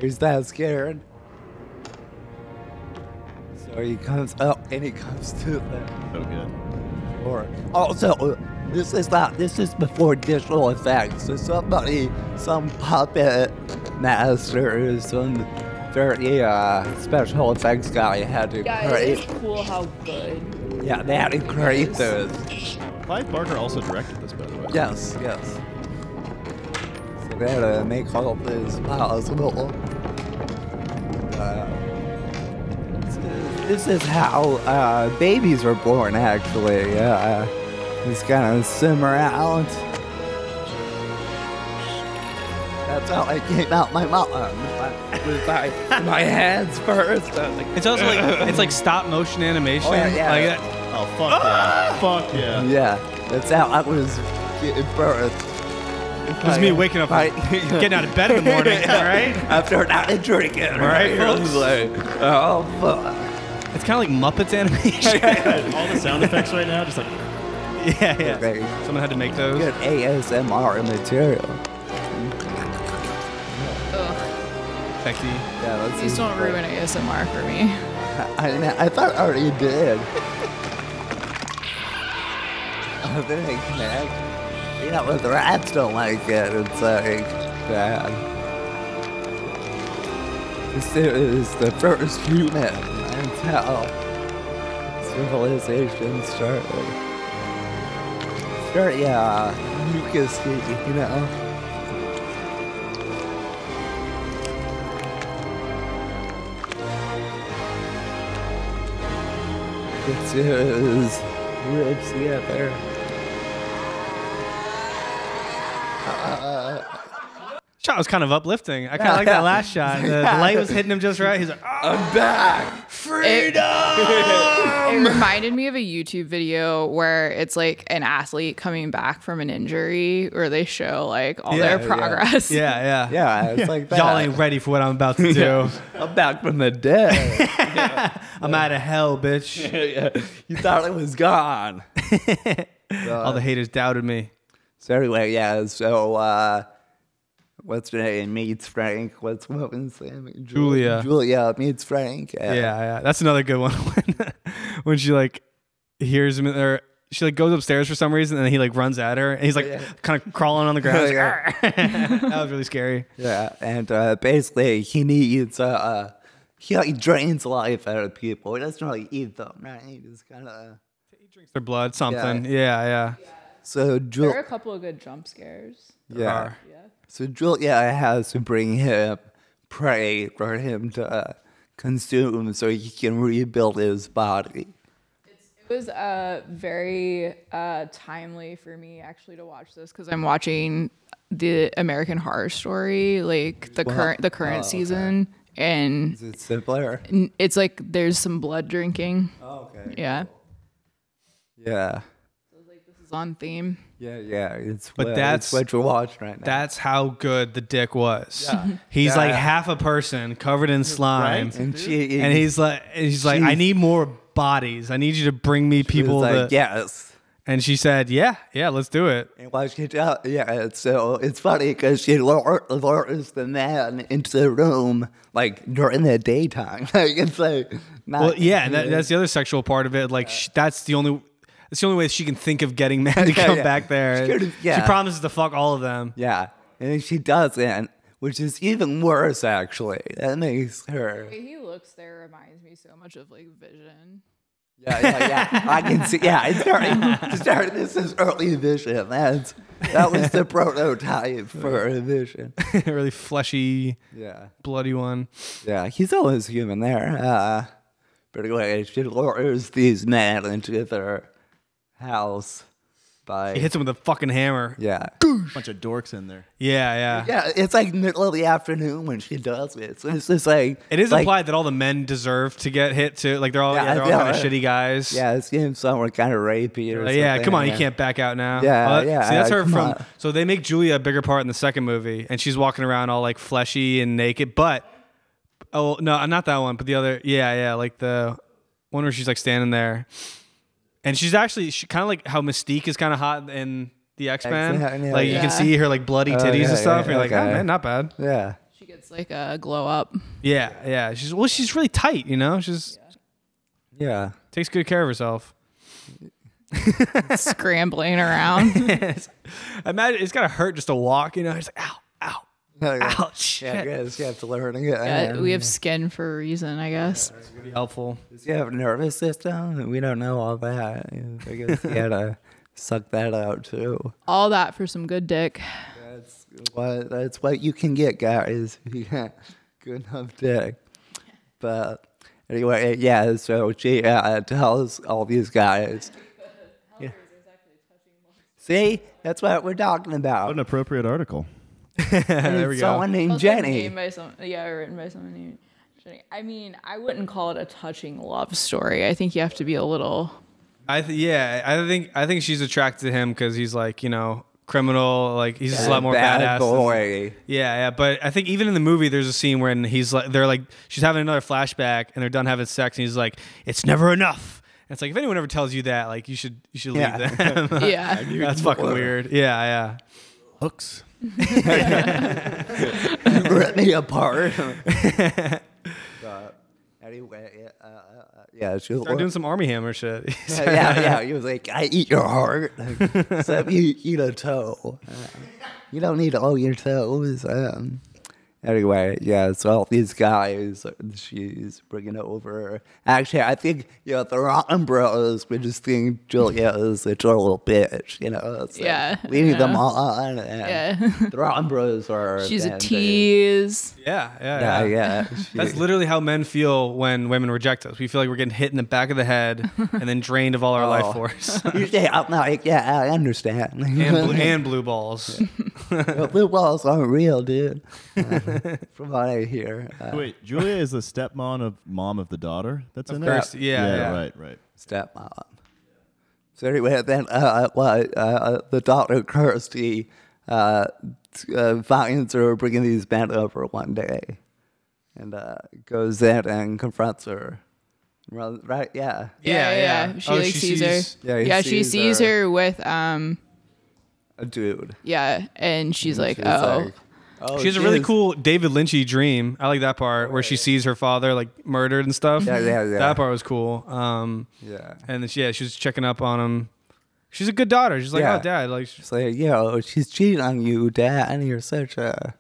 A: he's that scared. So he comes up and he comes to them.
E: So good.
A: Or also, uh, this is not. This is before digital effects. So somebody, some puppet master, or some very uh, special effects guy had to create.
D: cool how good.
A: Yeah, they had to create those.
E: Clive Barker also directed this, by the way.
A: Yes, yes. So they had to make all of this possible. Uh, this is- this is how uh, babies were born, actually. Uh, just kind of simmer out. That's how I came out my mom. With my, my hands first. I was like,
C: It's also like it's like stop motion animation.
A: Oh, yeah, yeah.
C: Like that-
E: Oh fuck yeah! Fuck yeah!
A: yeah, that's how I was getting birth.
C: it was me waking up,
A: Right.
C: getting out of bed in the morning. All right,
A: After an hour drinking,
C: right,
A: I was
C: folks?
A: like, oh fuck.
C: it's kind of like Muppets animation.
E: All the sound effects right now, just like
C: yeah, yeah.
A: Very
C: Someone had to make those.
A: good ASMR material.
D: Ugh.
C: Sexy.
A: Yeah, that's
D: Please don't ruin ASMR for me.
A: I, I, know- I thought I already did. oh, then they connect. You know, but the rats don't like it. It's like bad. This is the first human until civilization started. It's Very uh, mucusy, you know. It's his ribs together.
C: Shot was kind of uplifting. I kind of like that last shot. The, the light was hitting him just right. He's like, ah,
A: I'm back!
D: It, it reminded me of a YouTube video where it's like an athlete coming back from an injury, where they show like all
C: Yeah,
D: their
C: yeah.
D: progress.
C: yeah, yeah,
A: Yeah, it's like that.
C: Y'all ain't ready for what I'm about to do.
A: I'm back from the dead.
C: I'm out of hell, bitch.
A: you thought it was gone.
C: All the haters doubted me.
A: So anyway, yeah, so uh what's her name meets Frank, what's woman's name? Ju-
C: Julia.
A: Julia meets Frank.
C: Yeah, yeah. That's another good one. when, when she like hears him or she like goes upstairs for some reason and then he like runs at her and he's like kind of crawling on the ground. He's like, "Arr." that was really scary.
A: Oh, Yeah, and uh, basically he needs uh, uh he like drains life out of people. He doesn't really eat them, right? He just kinda uh,
C: Drinks their blood, something. Yeah, yeah.
A: so Julia.
D: There are a couple of good jump scares.
A: Yeah.
C: Rar.
A: So Julia has to bring him prey for him to uh, consume so he can rebuild his body.
D: It was uh, very uh, timely for me actually to watch this because I'm watching the American Horror Story, like the current the current season, and
A: Is it simpler?
D: n- it's like there's some blood drinking.
A: Oh, okay.
D: Yeah,
A: Yeah.
D: this is on theme.
A: Yeah, yeah. It's
C: But
A: what, it's
C: that's-
A: what you're watching right now.
C: That's how good the dick was. He's like
A: Yeah.
C: half a person covered in slime.
A: and she
C: And he's like, and she's like, I
A: Jeez.
C: need more bodies. I need you to bring me
A: was
C: people.
A: like,
C: that,
A: yes.
C: And she said, Yeah, yeah, let's do it.
A: And while she does, yeah, so it's funny because she lure- lures the man into the room like during the daytime. like it's like not
C: Well, yeah, and that, that's the other sexual part of it. Like sh that's the only that's the only way she can think of getting men to
A: Yeah,
C: come
A: yeah.
C: back there.
A: She
C: She,
A: could've- yeah.
C: promises to fuck all of them.
A: Yeah, and then she doesn't, which is even worse, actually. That makes her.
D: he looks there reminds me so much of like Vision.
A: Yeah, yeah, yeah. I can see. Yeah, it started, started this is early vision. That's that was the prototype for a vision.
C: really fleshy,
A: Yeah,
C: bloody one.
A: yeah. He's always human there. Uh, but anyway, she lures these men into their house by
C: He hits him with a fucking hammer. Yeah,
A: yeah.
E: bunch of dorks in there.
C: yeah.
A: Yeah, it's like middle of the afternoon when she does it. So it's just like
C: It is
A: like,
C: implied that all the men deserve to get hit too. Like they're all,
A: Yeah,
C: yeah, they're all
A: yeah,
C: kind of
A: right.
C: shitty guys.
A: Yeah, it's getting somewhere kind of rapey or
C: Like, yeah,
A: something,
C: come on,
A: yeah.
C: you can't back out now.
A: Yeah,
C: Oh, that-
A: yeah,
C: See, that's
A: yeah,
C: her
A: come
C: from.
A: on.
C: So they make Julia a bigger part in the second movie, and she's walking around all like fleshy and naked. But oh no, not that one, but the other. Yeah, yeah, like the one where she's like standing there, and she's actually she, kind of like how Mystique is kind of hot in the X Men.
A: X-Men, yeah, Oh,
C: like you
D: yeah.
C: can see her like bloody titties
A: yeah,
C: and stuff.
A: yeah,
C: and you're like,
A: okay.
C: oh man, not bad.
A: Yeah.
D: She gets like a glow up.
C: Yeah, yeah. She's well, she's really tight. You know, she's
A: Yeah.
C: takes good care of herself.
D: scrambling around.
C: Imagine it's gotta hurt just to walk. You know, it's like ow, ow,
A: Yeah.
C: ow, Oh, shit.
A: Yeah, I guess you have to learn again.
D: Uh, we have skin for a reason, I guess.
C: Be helpful.
A: Does he have a nervous system? We don't know all that. I guess he had to suck that out too.
D: All that for some good dick.
A: That's what that's what you can get, guys. if You got good enough dick. But anyway, yeah. So she uh, tells all these guys. Yeah. See, that's what we're talking about.
E: What an appropriate article.
C: Oh, there we go.
A: Someone named Jenny.
D: Named by some, yeah, written by someone named Jenny. I mean, I wouldn't call it a touching love story. I think you have to be a little.
C: I th- yeah, I think I think she's attracted to him because he's like you know criminal, like he's just a lot more
A: Bad
C: badass. than-
A: boy.
C: Yeah, yeah. But I think even in the movie, there's a scene where he's like, they're like, she's having another flashback, and they're done having sex, and he's like, it's never enough. And it's like if anyone ever tells you that, like you should you should
A: Yeah.
C: leave them.
D: Yeah.
C: That's fucking weird. Yeah, yeah.
E: Hooks.
A: rip me apart. but anyway, uh, uh, uh, yeah, she was
C: Start doing some army hammer shit.
A: yeah, yeah, yeah. He was like, I eat your heart. Like, so if you eat a toe. Uh, you don't need all your toes. Um, anyway, yeah, so all these guys, she's bringing over. Actually, I think, you know, the Rotten Bros were just think Julia is a total bitch, you know? So
D: Yeah,
A: Leading them
D: yeah.
A: on. And
D: Yeah.
A: The Rotten Bros are.
D: She's a
A: then they-
D: tease.
C: yeah, yeah,
A: Yeah, yeah.
C: That's
A: She-
C: literally how men feel when women reject us. We feel like we're getting hit in the back of the head and then drained of all our
A: Oh.
C: life force.
A: You say I'm like, yeah, I understand.
C: and, blue, and blue balls.
A: But blue balls aren't real, dude. Uh, from what I hear, uh,
E: Wait, Julia is the stepmom of mom of the daughter. That's in
C: course,
E: there.
C: yeah, yeah.
E: right, right.
A: stepmom. So anyway, then uh, well, uh, uh, the doctor Kirsty uh, t- uh, finds her bringing these men over one day, and uh, goes in and confronts her. Ru- Right? Yeah.
C: Yeah, yeah.
D: She
C: Oh,
D: like
C: she
D: sees,
C: sees-
D: her.
A: yeah, he
D: yeah, she
A: sees
D: sees
A: her.
D: her with um.
A: A dude.
D: Yeah, and she's like,
A: She's
D: oh,
A: like, oh,
C: She has a really
A: is-
C: cool David Lynchy dream. I like that part where she sees her father like murdered and stuff.
A: Yeah, yeah, yeah.
C: That part was cool. Um,
A: Yeah.
C: and then she, yeah, she was checking up on him. She's a good daughter. She's like,
A: Yeah.
C: oh, dad, like, she's-
A: It's like, yo, she's cheating on you, dad, and you're such a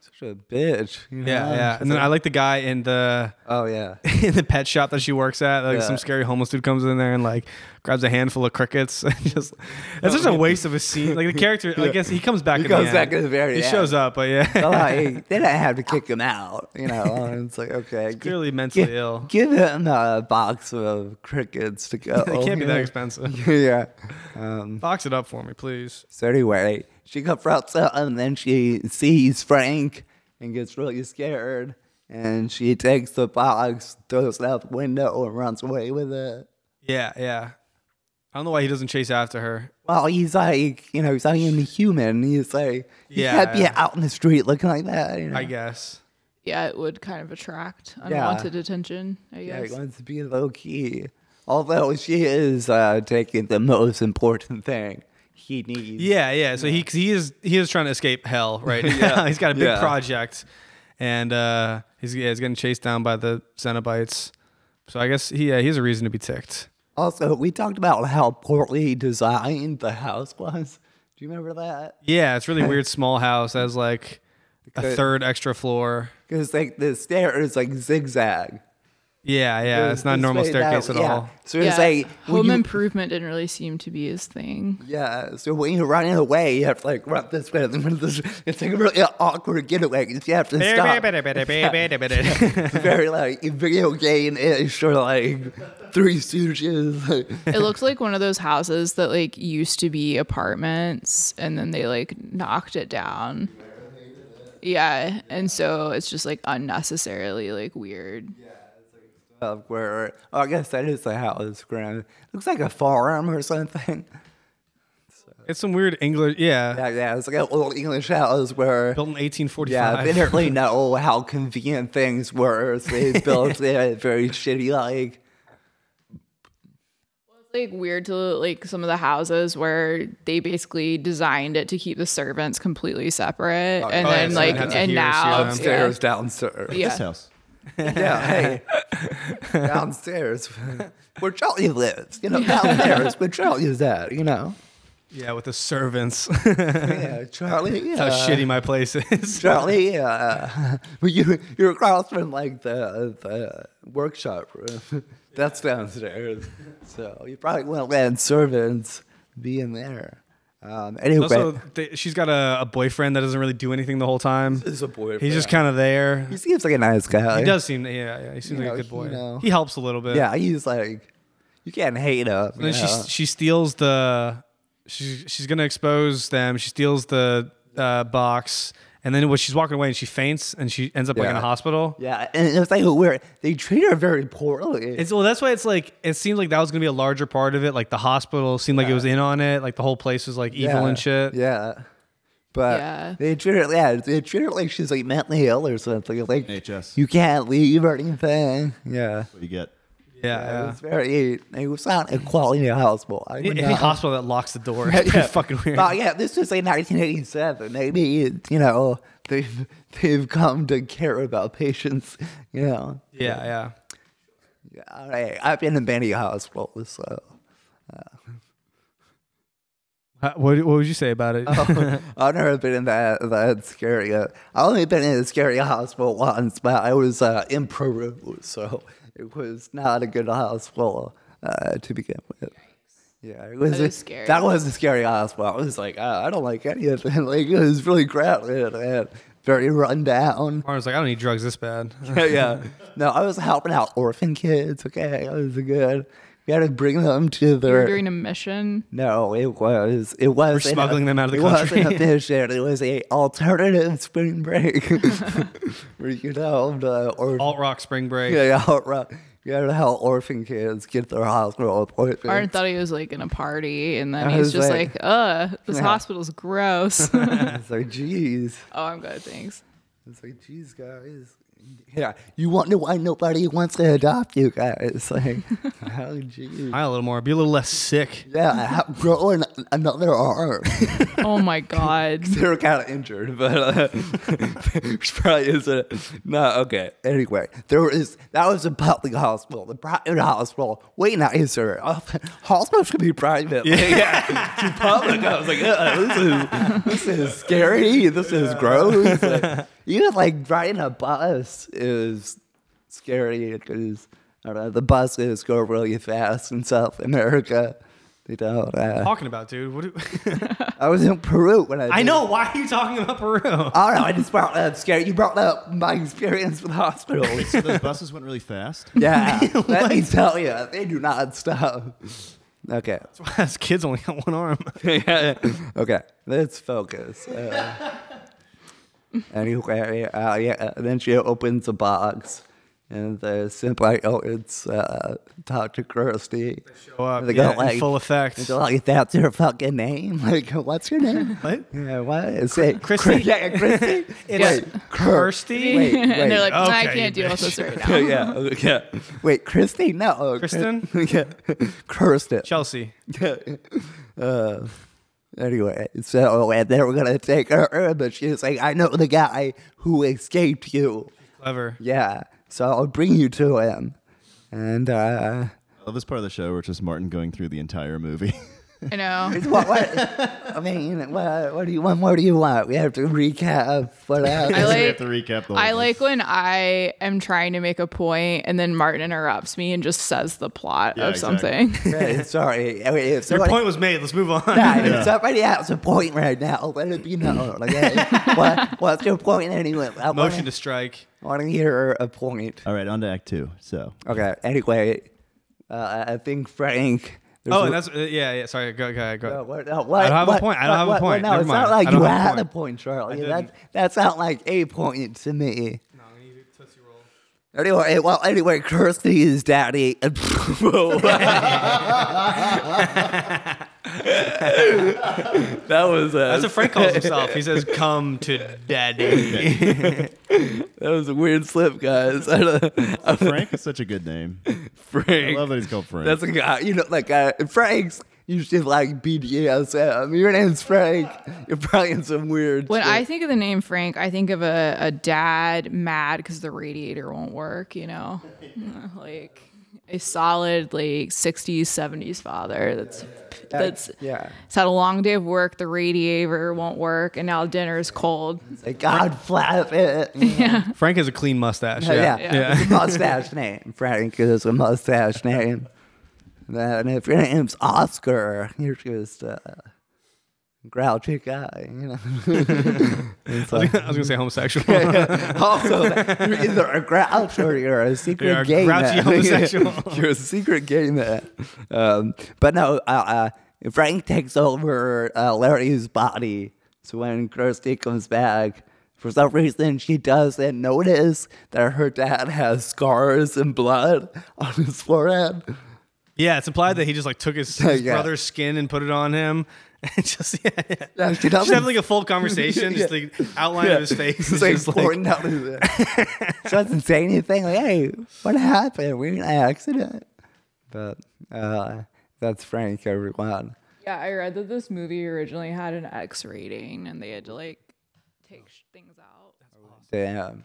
A: such a bitch. you
C: yeah,
A: know?
C: yeah.
A: She's
C: And then
A: like,
C: I like the guy in the
A: oh yeah,
C: in the pet shop that she works at. Like
A: Yeah.
C: some scary homeless dude comes in there and like grabs a handful of crickets. And just that's such a waste of a scene. Like the character, I guess he comes back.
A: Oh, He
C: at
A: comes
C: the end.
A: back at the very
C: He
A: end.
C: shows up, but yeah,
A: So, like, they didn't have to kick him out, you know. And it's like, okay, gi-
C: clearly
A: gi-
C: mentally ill.
A: Give him a box of crickets to go.
C: It can't be
A: you know?
C: that expensive.
A: yeah.
C: Box it up for me, please.
A: So anyway, she confronts him, and then she sees Frank and gets really scared, and she takes the box, throws it out the window, and runs away with it.
C: Yeah, yeah. I don't know why he doesn't chase after her.
A: Well, he's like, you know, he's not even human. He's like, he
C: Yeah.
A: can't be out in the street looking like that. You know?
C: I guess.
D: yeah, it would kind of attract unwanted attention. I
A: Yeah,
D: guess.
A: he wants to be low key. Although she is uh, taking the most important thing he needs.
C: Yeah, yeah. So he 'cause he is he is trying to escape hell right now. he's got a big
A: Yeah.
C: project, and uh, he's yeah, he's getting chased down by the Cenobites. So I guess he yeah, he has a reason to be ticked.
A: Also, we talked about how poorly designed the house was. Do you remember that?
C: Yeah, it's really weird. Small house has like a
A: Good.
C: third extra floor.
A: Because like the stair is like zigzag.
C: Yeah, yeah. It's not a normal
A: Spaced out,
C: staircase at
A: yeah.
C: all.
A: So it's like when
D: home
A: you,
D: improvement didn't really seem to be his thing.
A: yeah. So when you're running away, you have to like run this way. and then this- It's like a really awkward getaway 'cause you have to stop. Very like video game ish or like Three Stooges.
D: It looked like one of those houses that like used to be apartments and then they like knocked it down. Yeah, and so it's just like unnecessarily like weird.
A: of where oh, I guess that is the house ground. Looks like a farm or something.
C: It's some weird English. Yeah.
A: Yeah, yeah, it's like an old English house where
C: Built in 1845.
A: yeah, they didn't really know how convenient things were. So they built it very shitty like.
D: like weird to like some of the houses where they basically designed it to keep the servants completely separate and
C: oh, yeah,
D: then
C: so
D: like
C: they have
D: and,
C: to hear us,
D: now
C: yeah.
A: Upstairs, downstairs.
D: yeah,
E: This house.
A: Yeah, hey. downstairs. Where Charlie lives. You know, downstairs where Charlie's at, you know.
C: Yeah, with the servants.
A: Yeah, Charlie. Yeah.
C: How shitty my place is.
A: Charlie, yeah. Well, you, you're across from like the, the workshop room. That's downstairs. So you probably won't let servants be in there. Um, anyway,
C: Also, they, she's got a, a boyfriend that doesn't really do anything the whole time.
A: is a boyfriend.
C: He's just kind of there.
A: he seems like a nice guy.
C: He does seem, yeah, yeah. He seems
A: You
C: like
A: know,
C: a good
A: he
C: boy.
A: know.
C: He helps a little bit.
A: Yeah, he's like, you can't hate him.
C: And then
A: you know?
C: she she steals the she, she's gonna expose them. She steals the uh, box, and then when she's walking away, and she faints, and she ends up like in
A: Yeah.
C: a hospital.
A: yeah, and it's like weird. They treat her very poorly.
C: It's well, that's why it's like it seemed like that was gonna be a larger part of it. Like the hospital seemed like it was in on it. Like the whole place was like evil
A: yeah,
C: and shit.
A: Yeah. But
D: Yeah.
A: they treat her, yeah, they treat her like she's like mentally ill or something. Like
E: HS.
A: you can't leave or anything. Yeah.
E: What you get?
C: yeah.
A: It's very. It was not a quality hospital. I
C: Any
A: would
C: any
A: not-
C: hospital that locks the door is pretty fucking weird.
A: Oh yeah, this was like 1987. Maybe it- you know they've they've come to care about patients. You know,
C: yeah, yeah.
A: Yeah, all right. I've been in many hospitals, so
C: Uh, What, what would you say about
A: Uh-huh.
C: it?
A: I've never been in that that scary. uh, I only been in a scary hospital once, but I was uh, in Peru, so it was not a good hospital uh, to begin with. Yeah, it was
D: That is scary.
A: That was a scary hospital. I was like, ah, I don't like any of it. Like it was really crowded and very run down.
C: Martin's like, I don't need drugs this bad.
A: yeah. No, I was helping out orphan kids. Okay, I was good. We had to bring them to
D: you were
A: their.
D: doing a mission
A: No, it was it was
C: We're smuggling them out of the
A: it
C: country.
A: wasn't a mission. It was a alternative spring break where you know the or
C: Alt rock spring break.
A: yeah, yeah, or- you know how orphan kids get their hospital appointments.
D: Aaron thought he was like in a party and then
A: I
D: he's
A: was
D: just
A: like-
D: like, uh, this
A: Yeah.
D: hospital's gross. oh,
A: It's like, geez,
D: I'm good, thanks.
A: it's like, geez, guys. Yeah, you want to why nobody wants to adopt you guys? Like, oh, geez.
C: Smile a little more. Be a little less sick.
A: Yeah, how- grow an, another arm.
D: Oh my god.
A: they were kind of injured, but uh, which probably isn't. No, okay. Anyway, there was that was a public hospital. The private hospital, way nicer. Uh, Hospitals should be private. Yeah, to public. I was like, uh, this is this is scary. This is gross. Like, even like riding a bus is scary because I don't know, the buses go really fast in South America. They don't. Uh,
C: Talking about, dude. What do,
A: I was in Peru when I.
C: I
A: did
C: know. Why are you talking about Peru?
A: I don't know. I just brought up scary. You brought up my experience with hospitals.
E: So those buses went really fast.
A: yeah, let me tell you, they do not stop. Okay,
C: His kid's only got one arm.
A: okay, let's focus. Uh, anyway, uh, yeah. Then she opens a box, and they're simply, oh, it's uh, Dr. Kirsty.
C: Show up,
A: They
C: yeah,
A: got,
C: in
A: like-
C: full effect.
A: They're like, that's your fucking name. Like, what's your name?
C: What?
A: Yeah, what is it?
C: Christy?
A: Yeah, Christy.
C: It's
A: Wait, Kir-
C: Kirsty.
A: Wait, wait.
D: and they're like, "Nah, I
C: Okay,
D: can't
C: you
D: deal with this right now.
A: yeah, yeah, okay. Wait, Christy? No. uh,
C: Kristen?
A: Kri- yeah. Kirsten.
C: Chelsea.
A: uh, anyway, so and they were going to take her, but she was like, I know the guy who escaped you.
C: Clever.
A: Yeah, so I'll bring you to him. And, uh,
E: I love this part of the show where it's just Martin going through the entire movie.
D: I know.
A: What, what? I mean, what, what do you want? What do you want? We have to recap what
D: I
A: happened.
E: we
D: like.
E: have to recap the whole
D: I
E: thing.
D: like when I am trying to make a point and then Martin interrupts me and just says the plot
E: Yeah,
D: of
E: exactly.
D: something.
A: Okay, Sorry. I mean, if
C: Your
A: somebody-
C: point was made. Let's move on.
A: Yeah, if somebody has a point right now, let it be known. Okay? what, what's your point anyway? I
C: Motion to strike.
A: want to hear a point.
E: All right, on to Act Two. So
A: Okay. Anyway, uh, I think Frank. there's
C: Oh,
A: a-
C: and that's uh, yeah, yeah. Sorry, go, go, go.
A: No, what, no, what,
C: I don't have a
A: what-
C: point. I don't have a
A: what- what-
C: point.
A: No,
C: Never
A: it's
C: mind.
A: not like
C: I don't
A: you
C: have a
A: had a
C: point.
A: point, Charlie.
C: I
A: That
C: didn't.
A: that sounds like a point to me.
C: No, I'm gonna use a Tootsie Roll.
A: Anyway, well, anyway, Kirsty's daddy. that was
C: That's what Frank calls himself. He says, "Come to daddy."
A: that was a weird slip, guys. I don't- I'm
E: Frank is such a good name. I
A: Frank.
E: love that he's called Frank.
A: That's a guy, you know, like uh, Frank's. You should like BDSM. Your name's Frank. You're probably in some weird.
D: When
A: shit.
D: I think of the name Frank, I think of a, a dad mad because the radiator won't work, you know? like a solid like 60s, 70s father that's that's
A: yeah.
D: It's had a long day of work, the radiator won't work, and now dinner is cold.
A: Like, God flap it. Yeah.
C: Frank has a clean mustache.
A: yeah.
C: Yeah,
D: Yeah.
A: It's a mustache name. Frank is a mustache name. And if your name's Oscar, you're just a grouchy guy, you know. It's like-
C: I was gonna say homosexual.
A: also, you're either a grouch or you're a secret
C: You're a
A: gay
C: grouchy
A: man.
C: homosexual.
A: you're a secret gay man. Um, but no, uh, uh, Frank takes over uh, Larry's body. So when Kirsty comes back, for some reason she doesn't notice that her dad has scars and blood on his forehead.
C: yeah, it's implied that he just like took his, his
A: Yeah.
C: brother's skin and put it on him, and just yeah, yeah.
A: Yeah, she
C: just
A: doesn't.
C: having like a full conversation, just like outline of his face.
A: It's
C: is
A: like
C: just,
A: pouring out his She doesn't say anything. Like, hey, what happened? We had an accident. But uh, that's Frank, everyone.
D: Yeah, I read that this movie originally had an X rating and they had to like take sh- things out.
A: Damn.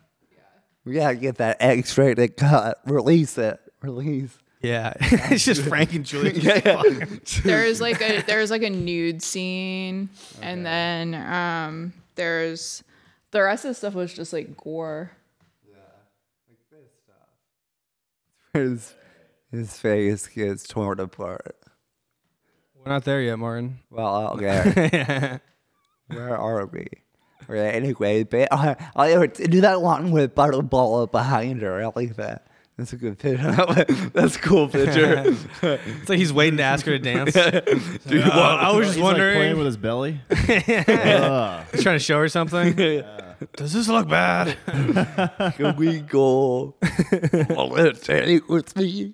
A: We gotta get that X rated cut. Release it. Release.
C: yeah, it's just Frank and Julia. just fucking-
D: There's like a there's like a nude scene and then um there's the rest of the stuff was just like gore.
A: His, his face gets torn apart.
C: We're not there yet, Martin.
A: Well, okay. Where are we? Okay, anyway, but I, I would do that one with Butterball behind her. I like that. That's a good picture. That's a cool picture.
C: It's like he's waiting to ask her to dance.
A: Dude,
C: Uh, I was just
E: he's like
C: wondering,
E: playing with his belly.
C: he's trying to show her something. Does this look bad?
A: Can we go? Will it take with me?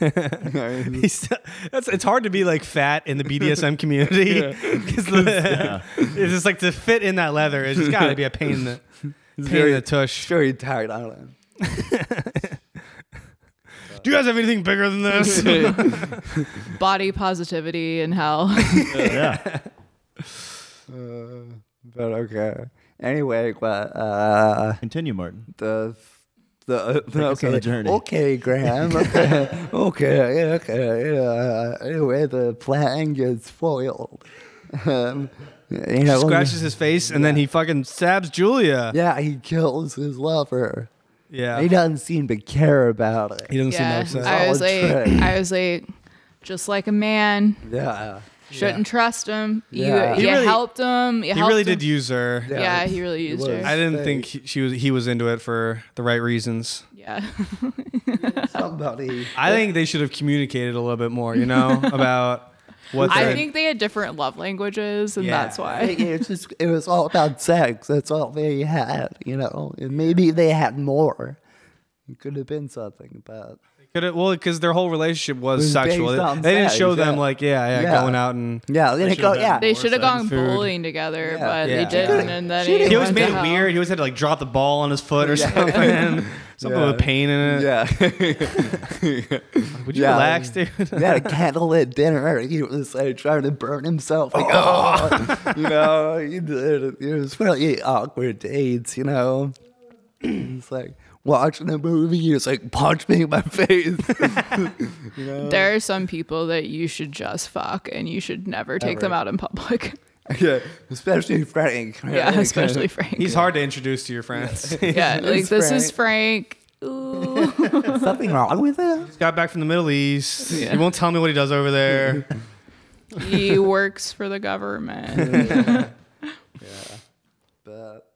A: Nice.
C: He's, that's it's hard to be like fat in the BDSM community 'Cause the- it's just like to fit in that leather. It's just got to be a pain in the pain in
A: very-
C: the tush.
A: Very tired island.
C: Do you guys have anything bigger than this?
D: Body positivity and hell.
E: yeah,
A: Uh, But okay. Anyway, but uh,
E: continue, Martin.
A: the the, the
E: us on
A: okay
E: a journey.
A: okay Graham okay okay okay yeah. anyway the plan gets foiled. Um, you know,
C: Scratches his face and then he fucking stabs Julia.
A: Yeah, he kills his lover.
C: Yeah,
A: He doesn't seem to care about it.
C: he doesn't
D: yeah.
C: seem that upset.
D: I was like
A: Solid trick.
D: I was like just like a man,
A: Yeah.
D: shouldn't trust him.
A: Yeah.
D: You,
A: He
D: you
C: really-
D: helped him. You
C: He
D: helped
C: really
D: him.
C: did use her.
D: Yeah, he really used
A: was.
D: her.
C: I didn't think he, she was. He was into it for the right reasons.
D: Yeah.
A: Somebody.
C: I think they should have communicated a little bit more. You know about what
D: I
C: the-
D: think they had different love languages, and
C: Yeah.
D: that's
A: I think
D: why.
A: it was just it was all about sex. That's all they had, you know. And maybe they had more. It could have been something, but
C: Could it, well, because their whole relationship was,
A: was
C: sexual.
A: based
C: They,
A: on
C: they didn't
A: sex,
C: show them
A: yeah.
C: like, yeah, yeah,
A: Yeah.
C: going out and.
A: yeah, they didn't go.
E: should've had
A: Yeah,
D: They should have gone
C: sex, food.
D: bowling together,
A: Yeah.
D: but
C: Yeah.
D: they
C: She
D: didn't.
A: didn't-
D: And then
A: she didn't
C: He always
D: went
C: made
D: to
C: it
D: hell.
C: weird. He always had to like drop the ball on his foot or
A: Yeah.
C: something. something
A: Yeah.
C: with pain in it.
A: yeah,
C: Would you
A: Yeah.
C: relax, dude?
A: they had a candle at dinner. He was like trying to burn himself. Like, oh, you know, he did- it was really awkward dates. You know, it's like watching a movie and it's like punch me in my face.
D: There are some people that you should just fuck and you should never take them
A: Ever.
D: out in public.
A: yeah, especially Frank.
D: yeah, especially Frank.
C: He's hard to introduce to your friends.
D: yeah, like
A: It's
D: this is Frank. Ooh.
A: Something wrong with him?
C: Got back from the Middle East.
D: Yeah.
C: He won't tell me what he does over there.
D: he works for the government.
A: But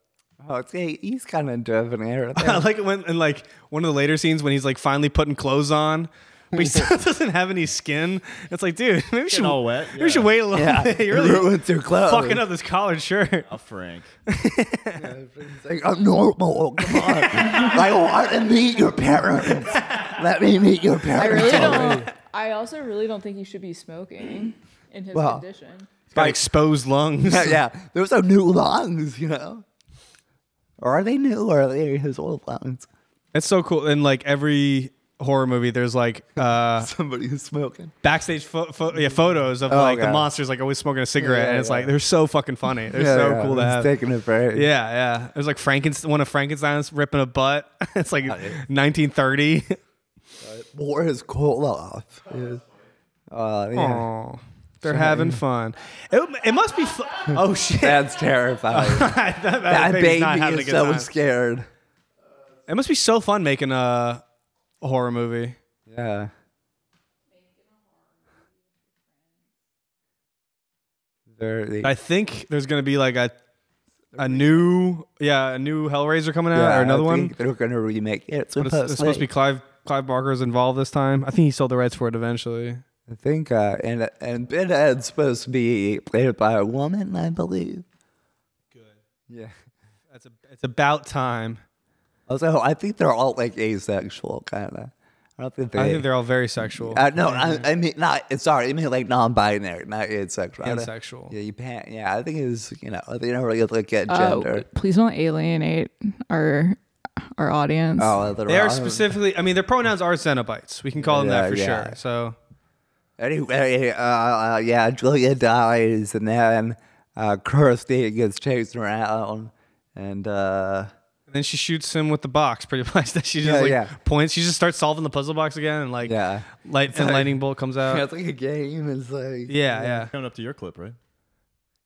A: oh, it's, he- he's kind of debonair.
C: I like it when in like one of the later scenes when he's like finally putting clothes on, but he still doesn't have any skin. It's like, dude, maybe you should,
E: all wet,
C: maybe you should
E: yeah.
C: wait a little
A: yeah,
C: bit. You're really
A: ruins your clothes.
C: fucking up this collared shirt.
E: A Oh, Frank.
A: It's like, I'm normal. Come on. I want to meet your parents. Let me meet your
D: I
A: parents.
D: really don't. I also really don't think he should be smoking in his
A: Well,
D: condition.
C: Got exposed lungs.
A: yeah, yeah, those are new lungs, you know? Or are they new or are they his old lungs?
C: That's so cool. And like every horror movie, there's like uh
A: Somebody who's smoking.
C: backstage pho- pho- yeah, photos of
A: Oh,
C: like the
A: God.
C: monsters like always smoking a cigarette,
A: Yeah,
C: and it's
A: yeah.
C: like they're so fucking funny. They're
A: Yeah,
C: so
A: yeah,
C: cool to
A: he's
C: have.
A: taking it very.
C: Yeah, yeah. There's like Frankenstein, one of Frankenstein's ripping a butt. it's like
A: Oh,
C: 1930.
A: Wore his coat off. Yeah. Uh, yeah.
C: Aw, they're having fun. It, it must be. Fu- oh shit!
A: That's terrifying.
C: that, that
A: that
C: baby's
A: baby
C: not having a
A: is
C: good
A: so
C: time.
A: scared.
C: It must be so fun making a horror movie.
A: Yeah. Very.
C: I think there's gonna be like a a new yeah a new Hellraiser coming out
A: Yeah,
C: or another
A: I
C: one.
A: think They're gonna remake it. It's
C: But it's,
A: supposed,
C: it's supposed to be Clive Clive Barker's involved this time. I think he sold the rights for it eventually.
A: I think, uh, and and Ben Ed's supposed to be played by a woman, I believe. Good. Yeah.
C: That's a, it's about time.
A: Also, I think they're all like asexual, kind of. I don't think they.
C: I think they're all very sexual
A: Uh, no, I, I mean not. Sorry, I mean like non-binary, not asexual. I
C: and
A: don't-
C: sexual.
A: Yeah, you pan. Yeah, I think it's you know they don't really look at
D: Oh,
A: gender.
D: please don't alienate our our audience.
A: Oh, they're
C: They are
A: wrong.
C: specifically. I mean, their pronouns are Cenobites. We can call them
A: Yeah,
C: that for
A: yeah.
C: sure. So
A: Anyway, uh, uh, yeah, Julia dies, and then uh, Kirsty gets chased around, and uh,
C: and then she shoots him with the box, pretty much. That she just
A: Yeah,
C: like
A: yeah.
C: points. She just starts solving the puzzle box again, and like
A: Yeah.
C: light and lightning bolt comes out.
A: it's like a game. It's like
C: yeah, yeah.
E: Coming up to your clip, right?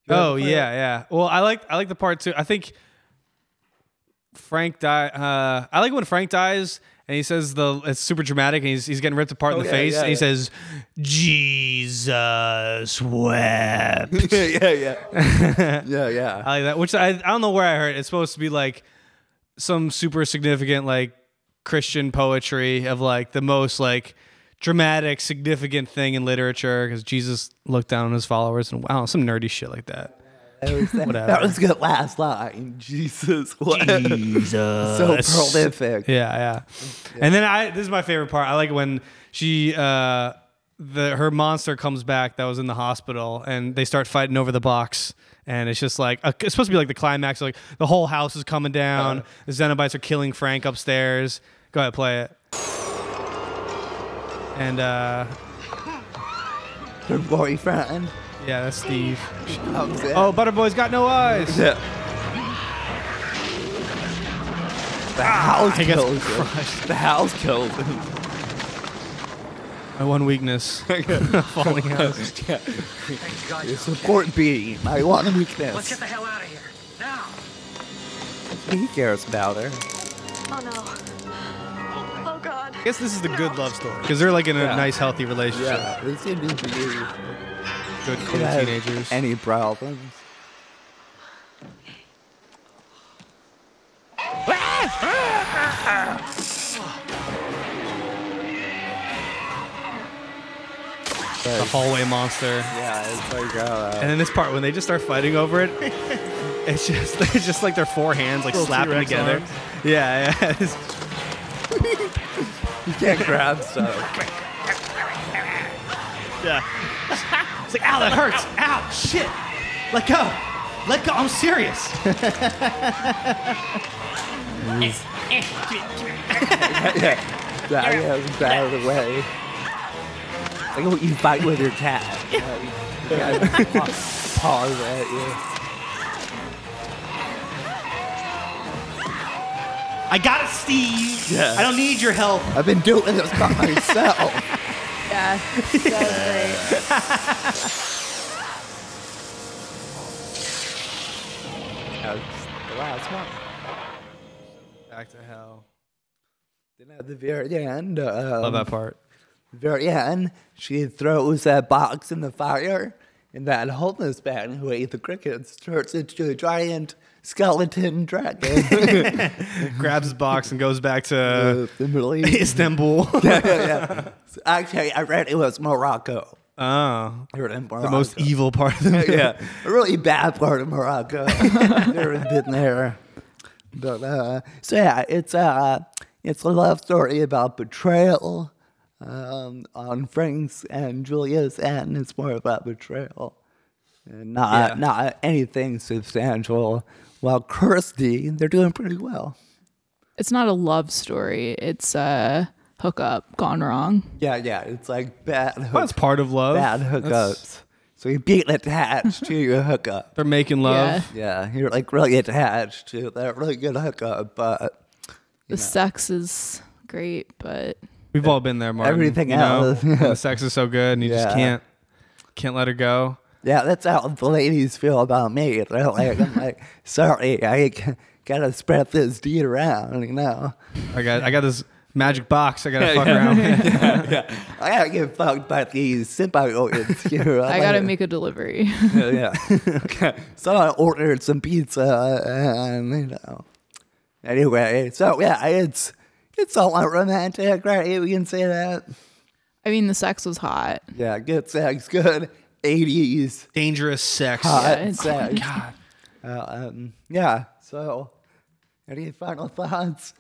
C: Oh yeah, yeah. Well, I like I like the part too. I think Frank die. Uh, I like when Frank dies and he says the it's super dramatic and he's he's getting ripped apart in the
A: Oh, yeah,
C: face
A: yeah,
C: and he
A: yeah.
C: says Jesus wept.
A: yeah, yeah, yeah, yeah.
C: I like that. Which I, I don't know where I heard. it. It's supposed to be like some super significant like Christian poetry of like the most like dramatic significant thing in literature because Jesus looked down on his followers and wow, some nerdy shit like that.
A: That was, that, that was good last line. Jesus, what?
C: Jesus.
A: so prolific.
C: Yeah, yeah. And then I this is my favorite part. I like when she uh the her monster comes back that was in the hospital and they start fighting over the box and it's just like a, it's supposed to be like the climax like the whole house is coming down. the Xenobites are killing Frank upstairs. Go ahead, play it. And uh
A: Her boyfriend
C: yeah, that's Steve.
A: comes in.
C: Oh, Butterboy's got no eyes.
A: yeah. The house
C: I guess
A: kills him. The house kills him.
C: My one weakness. Falling out.
A: Support beam. I want to weakness.
F: Let's get the hell out of here. Now!
A: He cares about her.
G: Oh no. Oh god.
C: I guess this is the good love story because they're like in a nice, healthy relationship.
A: They seem to be
C: Good, cool
A: have
C: teenagers.
A: Any problems?
C: the hallway monster.
A: Yeah, it's like uh,
C: And then this part when they just start fighting over it, it's just it's just like their four hands like slapping
E: T-Rex
C: together.
E: arms.
C: Yeah, yeah. It's-
A: you can't grab stuff.
C: It's like, ow, that hurts. Ow, shit. Let go. Let go. I'm serious.
A: yeah, yeah, it's out of the way. It's like what you fight with your cat. Yeah, you- you gotta paw- Paws at you.
H: I got it, Steve.
A: Yeah.
H: I don't need your help.
A: I've been doing this by myself.
D: Yeah, that was great.
A: That's the last one.
C: Back to hell.
A: Then at the very end, um,
C: Love that part.
A: very end, she throws that box in the fire, and that homeless man who ate the crickets turns into a giant skeleton dragon.
C: Grabs his box and goes
A: Uh,
C: back to
A: the Middle East.
C: Istanbul.
A: yeah, yeah, yeah. So Actually, I read it was Morocco.
C: oh,
A: I read it in
C: the most
A: Morocco.
C: evil part of the
A: yeah, a really bad part of Morocco. Never been there, but uh, so yeah, it's uh, it's a love story about betrayal um, on Frank's and Julia's end. It's more about betrayal, and not
C: Yeah.
A: not anything substantial. While Kirsty, they're doing pretty well.
D: It's not a love story. It's a hookup gone wrong.
A: Yeah, yeah, it's like bad hook,
C: Well, that's part of love.
A: bad
C: That's-
A: hookups. So you being attached to your hookup.
C: They're making love.
D: Yeah,
A: Yeah, you're like really attached to that really good hookup, but
D: the sex is great, but
C: We've all been there, Martin.
A: Everything
C: you know?
A: else.
C: When the sex is so good, and you
A: Yeah.
C: just can't can't let her go.
A: yeah, that's how the ladies feel about me. They're like, I'm like, sorry, I c- gotta spread this deed around, you know.
C: I got I got this magic box. I gotta fuck around. with.
A: I gotta get fucked by these symbiotes. You know?
D: I gotta make a delivery.
A: yeah. okay. So I ordered some pizza, and you know. Anyway, so yeah, it's it's somewhat romantic, right? We can say that.
D: I mean, the sex was hot.
A: Yeah, good sex, good '80s
C: Dangerous sex.
A: hot
D: it's-
A: sex. Uh, um, yeah. So, any final thoughts?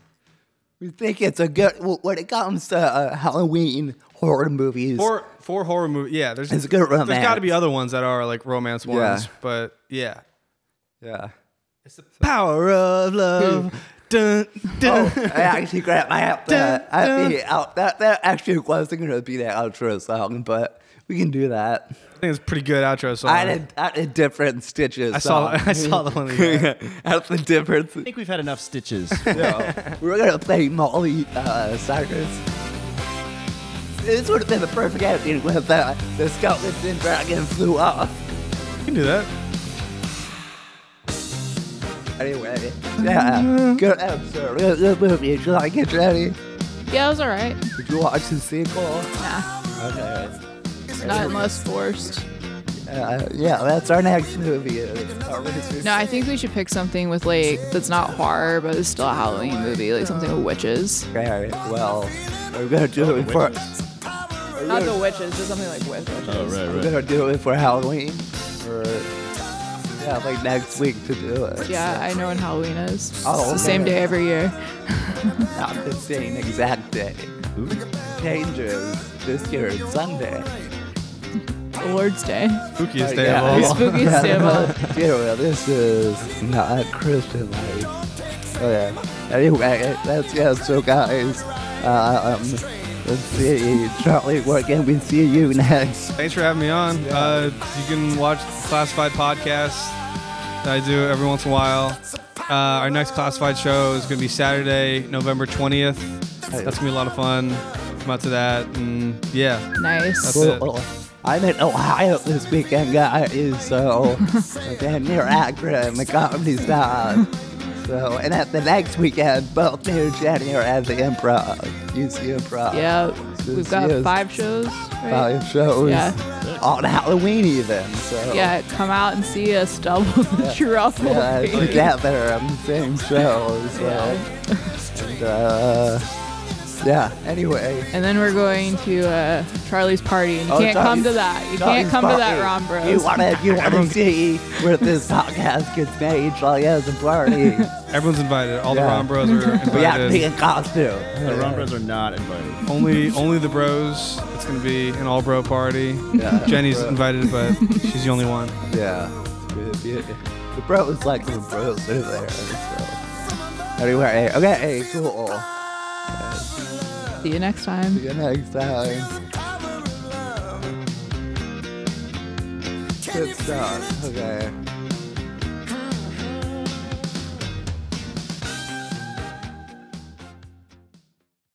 A: We think it's a good w- when it comes to uh, Halloween horror movies.
C: Four four horror movie. Yeah, there's
A: It's a good
C: There's got to
A: romance.
C: be other ones that are like romance ones,
A: Yeah.
C: but yeah,
A: yeah.
C: it's the power of
A: Hmm.
C: love. dun,
A: Oh,
C: dun.
A: I actually grabbed my out. That, I mean, out that that actually wasn't going to be that outro song, but we can do that.
C: I think it's a pretty good outro song.
A: I did. I did different stitches.
C: Uh, I saw
A: song.
C: I saw the one. that you had.
A: That's the difference.
H: I think we've had enough stitches.
E: Oh,
A: We were gonna play Molly uh, Cyrus. This would have been the perfect ending with uh, the skeleton dragon flew off.
C: You can do that.
A: Anyway, yeah, good episode, good, good movie. Did you like it, Jenny?
D: Yeah, it was all right.
A: Did you watch the sequel?
D: Nah,
A: Okay.
D: not unless forced.
A: Uh, yeah, that's our next movie. is our research.
D: No, I think we should pick something with like that's not horror, but it's still a Halloween movie, like something with witches.
A: Okay, well, we're gonna do it for
E: Witches.
D: Not the witches, just something like with witches.
E: Oh,
A: we're
E: right, right.
A: gonna do it for Halloween or yeah, like next week to do it.
D: Yeah, I know when Halloween is.
A: Oh,
D: it's
A: okay.
D: the same day every year.
A: not the same exact day. Changes this year it's Sunday.
D: The Lord's Day.
C: Spookiest
A: Oh,
C: day
A: yeah.
C: of all.
D: Spooky
A: Yeah,
D: Stamble.
A: yeah, well, this is not Christian life. Oh, yeah. Anyway, that's yeah. So guys, um, let's see. Charlie, where can we see you next?
C: Thanks for having me on. Uh, you can watch Classified Podcast that I do every once in a while. Uh, our next Classified show is going to be Saturday, November 20th. That's going to be a lot of fun. Come out to that. And yeah,
D: Nice.
C: That's it.
A: Cool. I'm in Ohio this weekend, guys. So, again, near Akron, the comedy stop. So, and at the next weekend, both near Jenny are at the Improv, UC Improv.
D: Yeah, we've got
A: Yes.
D: five shows. Right?
A: Five shows
D: Yeah.
A: on Halloween even. So
D: Yeah, come out and see us double the trouble.
A: yeah,
D: baby.
A: together on the same show. So and, uh, yeah. Anyway.
D: And then we're going to uh, Charlie's party, and you
A: Oh,
D: can't come
A: Charlie's-
D: to that. You
A: Charlie's
D: can't come to
A: party.
D: that, Ron Bros.
A: You want to you want to see where this podcast gets made? Charlie has a party.
C: everyone's invited. All
A: Yeah.
C: the Ron Bros
A: we
C: are
A: have to be
C: invited.
A: in costume.
E: The Rumbras are not invited.
C: only only the bros. It's going to be an all bro party.
A: Yeah.
C: Jenny's
A: Bro.
C: invited, but she's the only one.
A: Yeah. The bros like the bros are there. So. Anyway, okay, cool.
D: See you next time.
A: See you next time. Good stuff. Okay.